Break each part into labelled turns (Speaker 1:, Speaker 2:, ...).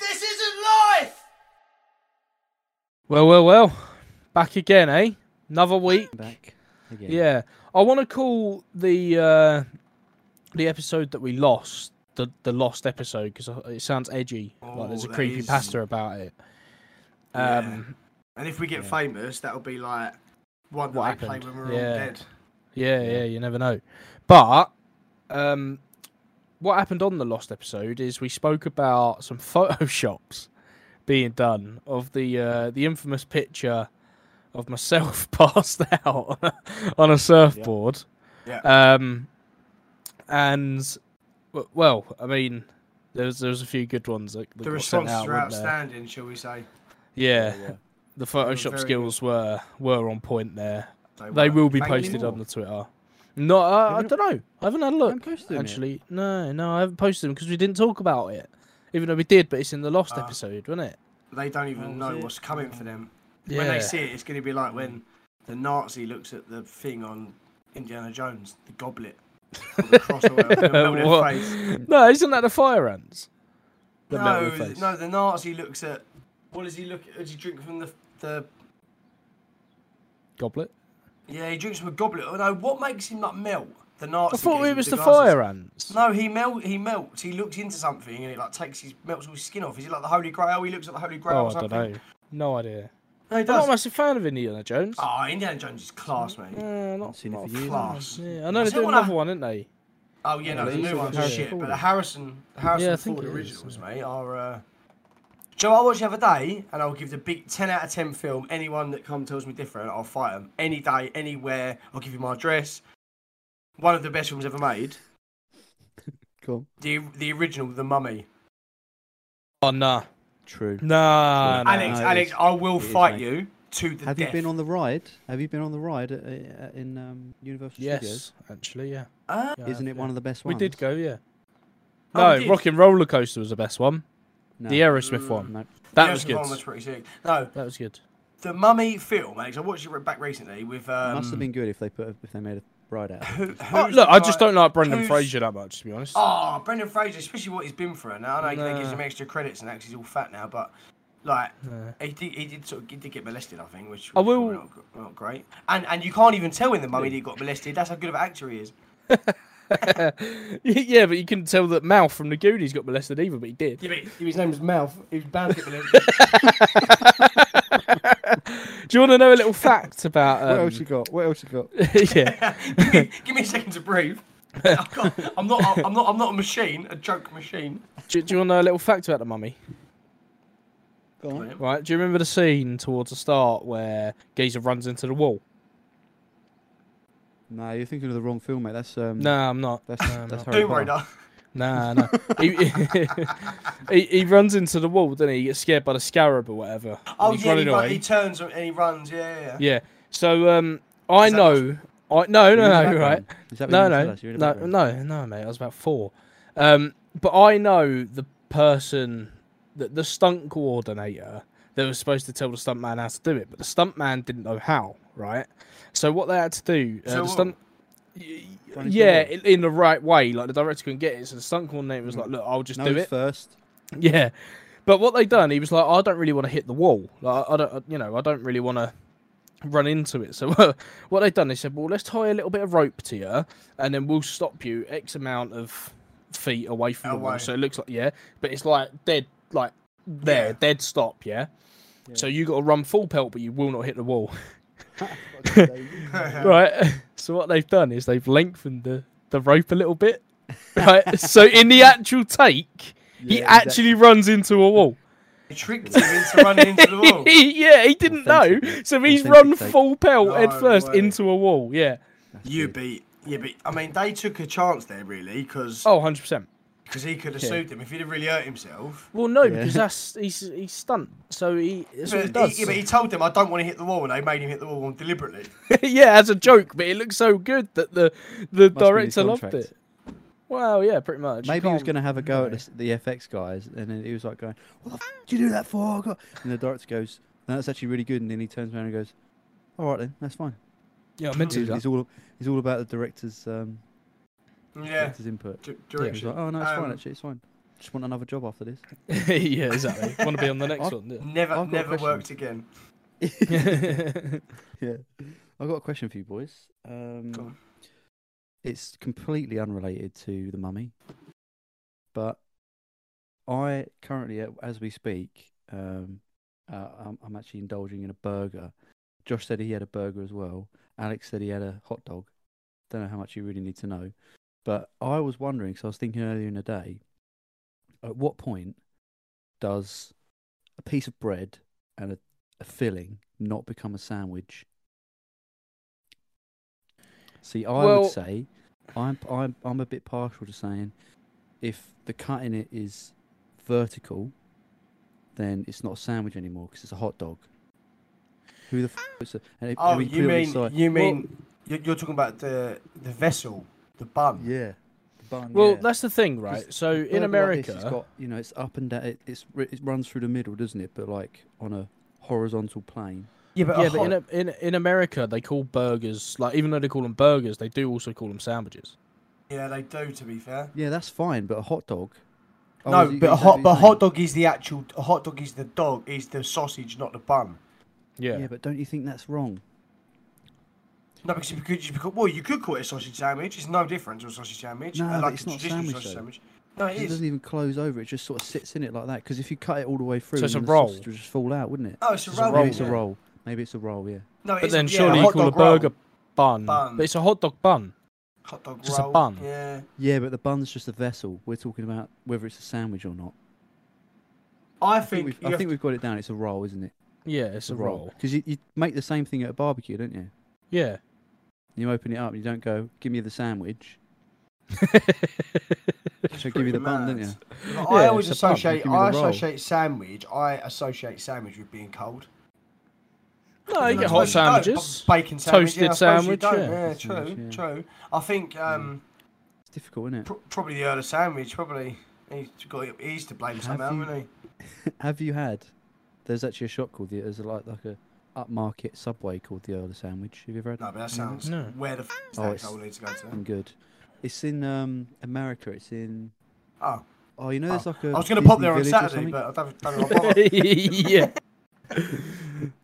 Speaker 1: This isn't life!
Speaker 2: Well, well, well. Back again, eh? Another week.
Speaker 3: Back again.
Speaker 2: Yeah. I want to call the uh, the episode that we lost the the lost episode because it sounds edgy. like there's a
Speaker 1: Oh, that
Speaker 2: creepy
Speaker 1: is-
Speaker 2: pasta about it.
Speaker 1: Yeah.
Speaker 2: Um.
Speaker 1: And if we get
Speaker 2: Yeah.
Speaker 1: famous, that'll be like one that
Speaker 2: What
Speaker 1: I play
Speaker 2: happened?
Speaker 1: when we're
Speaker 2: Yeah.
Speaker 1: all dead.
Speaker 2: Yeah, yeah, you never know. But um, what happened on the lost episode is we spoke about some photoshops being done of the uh, the infamous picture of myself passed out on a surfboard.
Speaker 1: Yeah.
Speaker 2: Um, and w- well, I mean, there was there was a few good ones that, that
Speaker 1: The
Speaker 2: got sent
Speaker 1: responses
Speaker 2: out,
Speaker 1: were
Speaker 2: weren't there?
Speaker 1: outstanding, shall we say.
Speaker 2: Yeah, the
Speaker 1: very
Speaker 2: Photoshop
Speaker 1: good.
Speaker 2: skills were were on point there. They
Speaker 1: weren't.
Speaker 2: will be
Speaker 1: Thank you.
Speaker 2: posted on the Twitter. No, uh, I
Speaker 3: Haven't-
Speaker 2: don't know. I haven't had a look.
Speaker 3: posted them yet?
Speaker 2: actually, no, no, I haven't posted them because we didn't talk about it. Even though we did, but it's in the lost
Speaker 1: Ah.
Speaker 2: episode, wasn't it?
Speaker 1: They don't
Speaker 3: Oh, was
Speaker 1: even know
Speaker 3: it?
Speaker 1: what's coming for them.
Speaker 2: Yeah.
Speaker 1: When they see it, it's going to be like when the Nazi looks at the thing on Indiana Jones, the goblet. or the cross or whatever, it'll melt their
Speaker 2: What?
Speaker 1: face.
Speaker 2: No, isn't that the fire ants? that melt
Speaker 1: No,
Speaker 2: their face?
Speaker 1: no, the Nazi looks at. What does he look at? Does he drink from the. the
Speaker 2: Goblet.
Speaker 1: yeah, he drinks from a goblet. Oh, no, what makes him like melt? The Nazi.
Speaker 2: I thought
Speaker 1: gave
Speaker 2: it
Speaker 1: him
Speaker 2: was the
Speaker 1: glasses.
Speaker 2: fire ants.
Speaker 1: No, he melt. He melts. He looks into something and it like takes his melts all his skin off. Is it like the Holy Grail? He looks at the Holy Grail.
Speaker 2: oh,
Speaker 1: or
Speaker 2: I
Speaker 1: something.
Speaker 2: don't know. No idea.
Speaker 1: No, he
Speaker 2: I'm not a
Speaker 1: does.
Speaker 2: massive fan of Indiana Jones.
Speaker 1: Oh, Indiana Jones is class, mate.
Speaker 2: Uh, not
Speaker 3: seen it
Speaker 2: not a
Speaker 3: for years.
Speaker 2: fan.
Speaker 1: Class.
Speaker 2: Yeah, I know
Speaker 1: I
Speaker 2: they
Speaker 1: still
Speaker 2: did
Speaker 1: wanna-
Speaker 2: another one, didn't they?
Speaker 1: Oh yeah, no,
Speaker 2: Yeah,
Speaker 1: the
Speaker 2: these
Speaker 1: new
Speaker 2: are
Speaker 1: ones are
Speaker 2: Harrison
Speaker 1: shit, but
Speaker 2: Ford.
Speaker 1: the Harrison Harrison
Speaker 2: Yeah, I think
Speaker 1: Ford
Speaker 2: it is,
Speaker 1: originals,
Speaker 2: yeah.
Speaker 1: mate, are. Uh... Joe, I watched the other day, and I'll give the big ten out of ten film. Anyone that come tells me different, I'll fight them any day, anywhere. I'll give you my address. One of the best films ever made.
Speaker 3: Cool.
Speaker 1: The the original, The Mummy.
Speaker 2: Oh nah,
Speaker 3: True.
Speaker 2: nah. nah.
Speaker 1: Alex,
Speaker 3: it
Speaker 1: Alex,
Speaker 3: is-
Speaker 1: I will
Speaker 3: it is,
Speaker 1: fight
Speaker 3: mate.
Speaker 1: you to the
Speaker 3: Have
Speaker 1: death.
Speaker 3: you been on the ride? Have you been on the ride at, at, in um, Universal
Speaker 2: Yes,
Speaker 3: Studios?
Speaker 2: actually, yeah.
Speaker 1: Uh,
Speaker 2: Yeah,
Speaker 3: Isn't it
Speaker 2: yeah.
Speaker 3: one of the best
Speaker 2: We
Speaker 3: ones?
Speaker 2: did go, yeah.
Speaker 1: Oh,
Speaker 2: No,
Speaker 1: we did.
Speaker 2: Rock and Roller Coaster was the best one.
Speaker 3: No.
Speaker 2: The Aerosmith one.
Speaker 3: No.
Speaker 2: That
Speaker 1: the
Speaker 2: was
Speaker 1: original
Speaker 2: good.
Speaker 1: One was pretty sick. No,
Speaker 2: That was good.
Speaker 1: The Mummy film, Alex. I watched it back recently with. Um,
Speaker 3: Must have been good if they put a, if they made a ride out. of it.
Speaker 1: who,
Speaker 2: Oh,
Speaker 1: who's
Speaker 2: look,
Speaker 1: the
Speaker 2: I just
Speaker 1: guy-
Speaker 2: don't like Brendan
Speaker 1: who's-
Speaker 2: Fraser that much, to be honest.
Speaker 1: Oh, Brendan Fraser, especially what he's been through. Now I know they gives
Speaker 2: Nah.
Speaker 1: him extra credits and that 'cause he's all fat now, but like
Speaker 2: Yeah.
Speaker 1: he did, he did sort of he did get molested, I think, which
Speaker 2: I
Speaker 1: was probably
Speaker 2: will-
Speaker 1: not, gr- not great. And and you can't even tell in the mummy that he got molested. That's how good of an actor he is.
Speaker 2: yeah, but you couldn't tell that Mal from the Goonies got molested either, but he did.
Speaker 1: Yeah, but his name was Mouth. He was bound to get molested.
Speaker 2: Do you want to know a little fact about? Um...
Speaker 3: what else you got? What else you got?
Speaker 2: yeah.
Speaker 1: give, me, give me a second to breathe. I can't- I'm not. I'm not. I'm not a machine. A joke machine.
Speaker 2: Do, do you want to know a little fact about the mummy?
Speaker 3: Go on.
Speaker 1: Brilliant.
Speaker 2: Right. Do you remember the scene towards the start where Geezer runs into the wall?
Speaker 3: No, you're thinking of the wrong film, mate. That's um.
Speaker 2: No, I'm not.
Speaker 3: That's
Speaker 2: No, I'm
Speaker 3: that's
Speaker 2: not.
Speaker 3: Harry
Speaker 1: Doom
Speaker 3: Potter.
Speaker 1: Raider.
Speaker 2: Nah, no. he, he he runs into the wall, doesn't he? He gets scared by the scarab or whatever. and
Speaker 1: Oh
Speaker 2: he's
Speaker 1: yeah, he,
Speaker 2: running
Speaker 1: run-
Speaker 2: away.
Speaker 1: he turns and he runs. Yeah, yeah. yeah.
Speaker 2: Yeah. So um, I
Speaker 1: Is that-
Speaker 2: know. I no no
Speaker 3: You're in the
Speaker 2: no right.
Speaker 3: background. Is that what you
Speaker 2: No
Speaker 3: meant to
Speaker 2: no
Speaker 3: us? You're in the
Speaker 2: no
Speaker 3: background.
Speaker 2: no no mate. I was about four. Um, but I know the person that the stunt coordinator that was supposed to tell the stunt man how to do it, but the stunt man didn't know how. Right. So what they had to do, uh,
Speaker 1: So
Speaker 2: the
Speaker 1: what?
Speaker 2: stunt. y-
Speaker 3: Run into the
Speaker 2: Yeah,
Speaker 3: wall.
Speaker 2: in in the right way. Like the director couldn't get it, so the stunt coordinator
Speaker 3: Mm.
Speaker 2: was like, "Look, I'll just do
Speaker 3: Nose
Speaker 2: it."
Speaker 3: first.
Speaker 2: Yeah, but what they done, he was like, "Oh, I don't really want to hit the wall. Like, I don't, you know, I don't really want to run into it. So what they done, they said, well, let's tie a little bit of rope to you, and then we'll stop you x amount of feet away from the
Speaker 1: Away.
Speaker 2: wall. So it looks like yeah, but it's like dead, like there,
Speaker 1: Yeah.
Speaker 2: dead stop. Yeah. So you got to run full pelt, but you will not hit the wall. right. So what they've done is they've lengthened the the rope a little bit. Right. so in the actual take, he
Speaker 3: Yeah, exactly.
Speaker 2: actually runs into a wall.
Speaker 1: He tricked him into running into the wall.
Speaker 2: yeah, he didn't know.
Speaker 3: Authentic-
Speaker 2: So he's
Speaker 3: authentic
Speaker 2: run
Speaker 3: take.
Speaker 2: full pelt
Speaker 1: No
Speaker 2: headfirst
Speaker 1: way.
Speaker 2: into a wall. Yeah.
Speaker 1: You beat. Yeah, but I mean, they took a chance there, really, because
Speaker 2: Oh, 100%.
Speaker 1: he could have
Speaker 2: yeah.
Speaker 1: sued them if he'd have really hurt himself.
Speaker 2: Well, no,
Speaker 3: Yeah.
Speaker 2: because that's he's he's stunt. So he that's what he
Speaker 1: But
Speaker 2: does.
Speaker 1: he, yeah, but he told them, "I don't want to hit the wall," and they made him hit the wall deliberately.
Speaker 2: yeah, as a joke, but it looks so good that the the
Speaker 3: been his
Speaker 2: director loved
Speaker 3: contract.
Speaker 2: it. Well, yeah, pretty much. You
Speaker 3: Maybe he was
Speaker 2: can't-
Speaker 3: going to have a go at
Speaker 2: no.
Speaker 3: the, s- the FX guys, and then he was like going, "What the f- did you do that for?" I got-" And the director goes, "No, "That's actually really good." And then he turns around and goes, "All right then, that's fine."
Speaker 2: Yeah, I meant to do
Speaker 3: He's,
Speaker 2: that.
Speaker 3: he's all he's all about the director's um,
Speaker 1: Yeah,
Speaker 3: director's input.
Speaker 1: d-
Speaker 3: He was
Speaker 1: direction.
Speaker 3: like, "Oh no, it's
Speaker 1: Um,
Speaker 3: fine actually, it's fine." just want another job after this.
Speaker 2: yeah, exactly. Want to be on the next
Speaker 3: I've-
Speaker 2: one? yeah.
Speaker 1: Never,
Speaker 3: I've got a
Speaker 1: never
Speaker 3: question.
Speaker 1: worked again.
Speaker 3: I've got a question for you boys.
Speaker 1: Go
Speaker 3: Um,
Speaker 1: on.
Speaker 3: it's completely unrelated to the mummy, but I currently, a- as we speak, um, uh, I'm, I'm actually indulging in a burger. Josh said he had a burger as well. Alex said he had a hot dog. Don't know how much you really need to know, but I was wondering. So I was thinking earlier in the day, at what point does a piece of bread and a, a filling not become a sandwich? See, I
Speaker 2: Well-
Speaker 3: would say I'm I'm I'm a bit partial to saying if the cut in it is vertical, then it's not a sandwich anymore because it's a hot dog. Who the f- puts a, and if- I
Speaker 1: Oh,
Speaker 3: mean,
Speaker 1: you
Speaker 3: put it
Speaker 1: mean
Speaker 3: on the side-
Speaker 1: you
Speaker 3: Well,
Speaker 1: mean you're, you're talking about the the vessel, the bun.
Speaker 3: yeah, the bun,
Speaker 2: Well,
Speaker 3: yeah.
Speaker 2: that's the thing, right?
Speaker 3: Because
Speaker 2: So
Speaker 3: burger
Speaker 2: in
Speaker 3: like
Speaker 2: America,
Speaker 3: this, it's got you know it's up and down. It, it's ri- it runs through the middle, doesn't it? But like on a horizontal plane.
Speaker 1: yeah, but,
Speaker 2: yeah,
Speaker 1: a
Speaker 2: but
Speaker 1: hot,
Speaker 2: in, a- in in America they call burgers like even though they call them burgers, they do also call them sandwiches.
Speaker 1: yeah, they do. To be fair,
Speaker 3: Yeah, that's fine, but a hot dog. Oh, is
Speaker 1: no,
Speaker 3: it-
Speaker 1: but a
Speaker 3: is that
Speaker 1: hot,
Speaker 3: what
Speaker 1: but
Speaker 3: you're
Speaker 1: a hot
Speaker 3: saying?
Speaker 1: dog is the actual. A hot dog is the dog, is the sausage, not the bun.
Speaker 2: Yeah.
Speaker 3: Yeah, but don't you think that's wrong?
Speaker 1: No, because you could, you could, well, you could call it a sausage sandwich. It's no different to a sausage sandwich.
Speaker 3: No,
Speaker 1: uh,
Speaker 3: but
Speaker 1: like
Speaker 3: it's
Speaker 1: a
Speaker 3: not a
Speaker 1: traditional
Speaker 3: sandwich,
Speaker 1: sausage
Speaker 3: though.
Speaker 1: sandwich. No, it
Speaker 3: 'Cause It
Speaker 1: is.
Speaker 3: doesn't even close over. It just sort of sits in it like that. Because if you cut it all the way through,
Speaker 2: So it's
Speaker 3: then
Speaker 2: a
Speaker 3: the
Speaker 2: roll.
Speaker 3: sausage would just fall out, wouldn't it?
Speaker 1: Oh, it's a
Speaker 2: It's a
Speaker 1: roll.
Speaker 2: roll,
Speaker 3: Maybe it's
Speaker 1: yeah.
Speaker 3: a roll. Maybe it's a roll. Yeah.
Speaker 1: No, it
Speaker 2: But
Speaker 1: is,
Speaker 2: then
Speaker 1: yeah,
Speaker 2: surely you
Speaker 1: hot
Speaker 2: call a
Speaker 1: dog roll.
Speaker 2: burger bun,
Speaker 1: Bun.
Speaker 2: but it's a hot dog bun.
Speaker 1: hot dog
Speaker 2: just a
Speaker 1: roll,
Speaker 2: bun.
Speaker 1: Yeah,
Speaker 3: Yeah, but the bun's just a vessel. We're talking about whether it's a sandwich or not.
Speaker 1: I
Speaker 3: I think,
Speaker 1: think.
Speaker 3: we've, I
Speaker 1: you have
Speaker 3: think
Speaker 1: to-
Speaker 3: we've got it down. It's a roll, isn't it?
Speaker 2: Yeah, it's a roll.
Speaker 3: Because you, you make the same thing at a barbecue, don't you?
Speaker 2: Yeah.
Speaker 3: You open it up. You don't go, give me the sandwich. So give me the bun, don't you?
Speaker 1: Mad. Like, I
Speaker 2: Yeah,
Speaker 1: always
Speaker 3: it's a bun, you
Speaker 1: associate.
Speaker 3: give me the
Speaker 1: I
Speaker 3: roll.
Speaker 1: associate sandwich. I associate sandwich with being cold.
Speaker 2: no, you
Speaker 3: No,
Speaker 2: get
Speaker 3: I
Speaker 1: suppose
Speaker 2: hot
Speaker 1: you don't,
Speaker 2: sandwiches.
Speaker 1: but Bacon sandwich.
Speaker 2: toasted
Speaker 1: yeah, I suppose
Speaker 2: sandwich,
Speaker 1: You don't.
Speaker 2: yeah.
Speaker 1: Yeah, true,
Speaker 3: Sandwich, yeah. Mm.
Speaker 1: true. I think um,
Speaker 3: It's difficult, isn't it?
Speaker 1: pr- probably the Earl of Sandwich. Probably he's got he's to blame
Speaker 3: Have
Speaker 1: somehow,
Speaker 3: you-
Speaker 1: isn't he?
Speaker 3: Have you had? There's actually a shop called the. There's a, like like a upmarket subway called the Earl of Sandwich. Have you ever had?
Speaker 1: No, but that
Speaker 3: Yeah.
Speaker 1: sounds.
Speaker 2: No.
Speaker 1: Where the f- is
Speaker 3: Oh,
Speaker 1: that? 'Cause
Speaker 3: it's-
Speaker 1: I will need to go to.
Speaker 3: I'm good. It's in um America. It's in.
Speaker 1: Oh.
Speaker 3: Oh, you know, there's like a.
Speaker 1: I was going to pop
Speaker 3: Disney
Speaker 1: there on
Speaker 3: village or
Speaker 1: Saturday,
Speaker 3: something?
Speaker 1: but I don't, don't know what bother.
Speaker 2: yeah.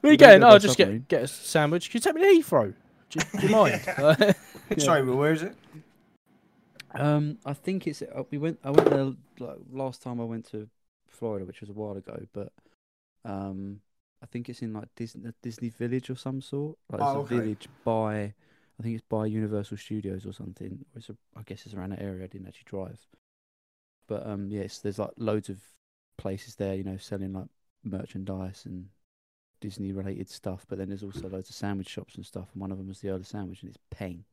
Speaker 2: Where you
Speaker 3: They don't
Speaker 2: going?
Speaker 3: go
Speaker 2: Oh,
Speaker 3: by
Speaker 2: just
Speaker 3: submarine.
Speaker 2: get get a sandwich. Can you take me to Heathrow? Do you, do you mind?
Speaker 1: Sorry, Will, where is it?
Speaker 3: Um, I think it's. uh, We went. I went there like last time I went to Florida, which was a while ago. But um, I think it's in like Disney Disney Village or some sort. Like it's
Speaker 1: Oh,
Speaker 3: a
Speaker 1: okay.
Speaker 3: village by. I think it's by Universal Studios or something. Or It's a, I guess it's around that area. I didn't actually drive. But um, yes, there's like loads of places there. You know, selling like merchandise and Disney related stuff. But then there's also loads of sandwich shops and stuff. And one of them is the Earl of Sandwich, and it's Peng.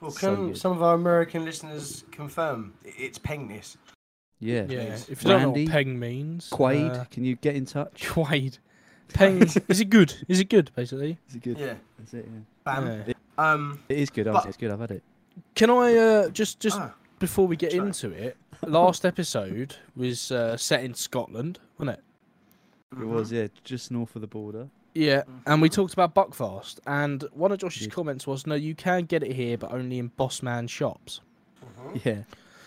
Speaker 1: Well,
Speaker 3: So
Speaker 1: can
Speaker 3: good.
Speaker 1: some of our American listeners confirm i- it's pengness?
Speaker 3: Yeah.
Speaker 2: yeah.
Speaker 1: please.
Speaker 2: If you don't know
Speaker 3: Randy,
Speaker 2: what peng means,
Speaker 3: Quaid,
Speaker 2: uh,
Speaker 3: can you get in touch?
Speaker 2: Quaid. Peng. is it good? Is it good? Basically.
Speaker 3: Is it good?
Speaker 1: Yeah,
Speaker 3: That's it, yeah.
Speaker 1: bam.
Speaker 2: Yeah.
Speaker 1: Um,
Speaker 3: It is good,
Speaker 1: But-
Speaker 3: honestly. It's good. I've had it.
Speaker 2: Can I uh, just just
Speaker 1: ah,
Speaker 2: before we get
Speaker 1: Sorry.
Speaker 2: into it? Last episode was uh, set in Scotland, wasn't it?
Speaker 3: It was, yeah, just north of the border.
Speaker 2: Yeah,
Speaker 1: mhm,
Speaker 2: and we
Speaker 1: mhm.
Speaker 2: talked about Buckfast, and one of Josh's
Speaker 3: Did.
Speaker 2: comments was, "No, you can get it here, but only in Bossman shops."
Speaker 1: Mhm.
Speaker 3: Yeah.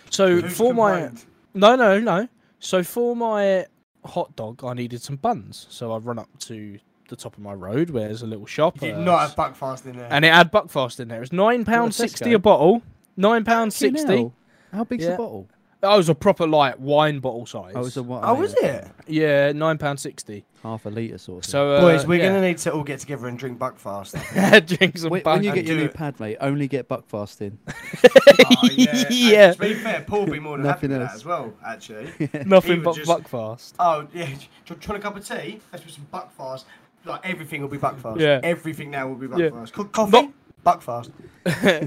Speaker 2: So
Speaker 1: Who's
Speaker 2: for my
Speaker 1: complained?
Speaker 2: no, no, no. So for my hot dog, I needed some buns, so I run up to the top of my road where there's a little shop,
Speaker 1: You did
Speaker 2: uh,
Speaker 1: not have Buckfast in there.
Speaker 2: and it had Buckfast in there. It's nine pound sixty a
Speaker 3: Tesco?
Speaker 2: bottle. Nine pound sixty.
Speaker 3: How big's
Speaker 2: Yeah.
Speaker 3: the bottle?
Speaker 2: That was a proper like wine bottle size.
Speaker 3: Oh, it's a what?
Speaker 1: oh, was it?
Speaker 2: Yeah, nine pound sixty.
Speaker 3: Half a litre sort of.
Speaker 2: So uh,
Speaker 1: Boys, we're
Speaker 2: yeah.
Speaker 1: going to need to all get together and drink Buckfast.
Speaker 2: drink some
Speaker 3: When,
Speaker 2: bun.
Speaker 3: when you
Speaker 1: I
Speaker 3: get your
Speaker 1: do
Speaker 3: new
Speaker 1: it.
Speaker 3: pad, mate, only get Buckfast in.
Speaker 1: oh, yeah.
Speaker 2: Yeah.
Speaker 1: And to be fair, Paul would be more than happy with
Speaker 3: Nothing
Speaker 1: that
Speaker 3: else.
Speaker 1: as well, actually.
Speaker 2: nothing
Speaker 1: would
Speaker 2: but
Speaker 1: just-
Speaker 2: Buckfast.
Speaker 1: Oh, yeah. Do you want a cup of tea? Let's put some Buckfast. Like, everything will be Buckfast.
Speaker 2: Yeah.
Speaker 1: Everything now will be
Speaker 2: Yeah.
Speaker 1: Buckfast. Co- coffee?
Speaker 2: Not-
Speaker 1: Buckfast.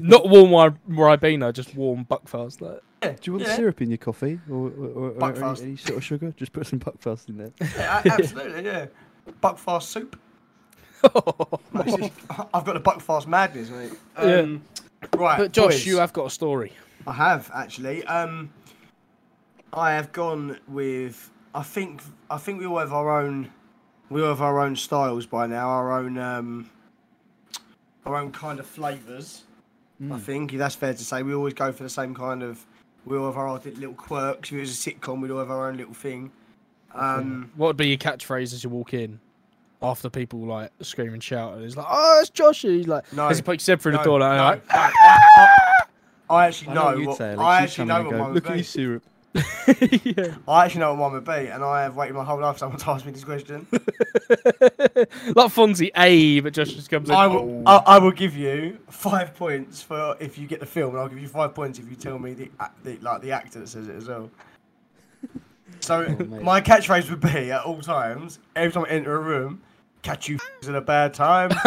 Speaker 2: Not warm ri- ribena, just warm Buckfast. Like.
Speaker 1: Yeah.
Speaker 3: Do you want
Speaker 1: yeah.
Speaker 3: syrup in your coffee or, or, or, or
Speaker 1: Buckfast.
Speaker 3: any, any sort of sugar? Just put some Buckfast in there.
Speaker 1: Yeah, a- absolutely, yeah. Buckfast soup.
Speaker 2: Um,
Speaker 1: Mate, it's just- I've got the Buckfast madness, mate.
Speaker 2: Yeah.
Speaker 1: Um, Right.
Speaker 2: but Josh,
Speaker 1: boys,
Speaker 2: you have got a story.
Speaker 1: I have actually. Um, I have gone with. I think. I think we all have our own. We all have our own styles by now. Our own. Um,
Speaker 3: Hmm.
Speaker 1: our own kind of flavors. I think that's fair to say. We always go for the same kind of. We all have our odd little quirks. If it was a sitcom, we'd all have our own little thing. Um,
Speaker 2: What would be your catchphrase as you walk in? After people like scream and shout, and it's like, "Oh, it's Josh!" and He's like,
Speaker 1: No,
Speaker 2: as he pokes his head through the
Speaker 1: no,
Speaker 2: door, like,
Speaker 1: no,
Speaker 2: like,
Speaker 1: no, I, I- I actually
Speaker 3: I
Speaker 1: know.
Speaker 3: know what you'd
Speaker 1: what,
Speaker 3: say, Alex.
Speaker 1: I
Speaker 3: You'd
Speaker 1: actually
Speaker 3: come
Speaker 1: know
Speaker 3: in and
Speaker 1: what
Speaker 3: go,
Speaker 1: mine would
Speaker 3: Look at
Speaker 1: be.
Speaker 3: this syrup.
Speaker 2: yeah.
Speaker 1: I actually know what mine would be, and I have waited my whole life for someone to ask me this question.
Speaker 2: like Fonzie A, but Josh just comes in.
Speaker 1: I will,
Speaker 2: "Oh."
Speaker 1: I, I will give you five points for if you get the film, and I'll give you five points if you tell me the, ac- the like the actor that says it as well. So
Speaker 3: mate.
Speaker 1: my catchphrase would be at all times, every time I enter a room, catch you at a bad time.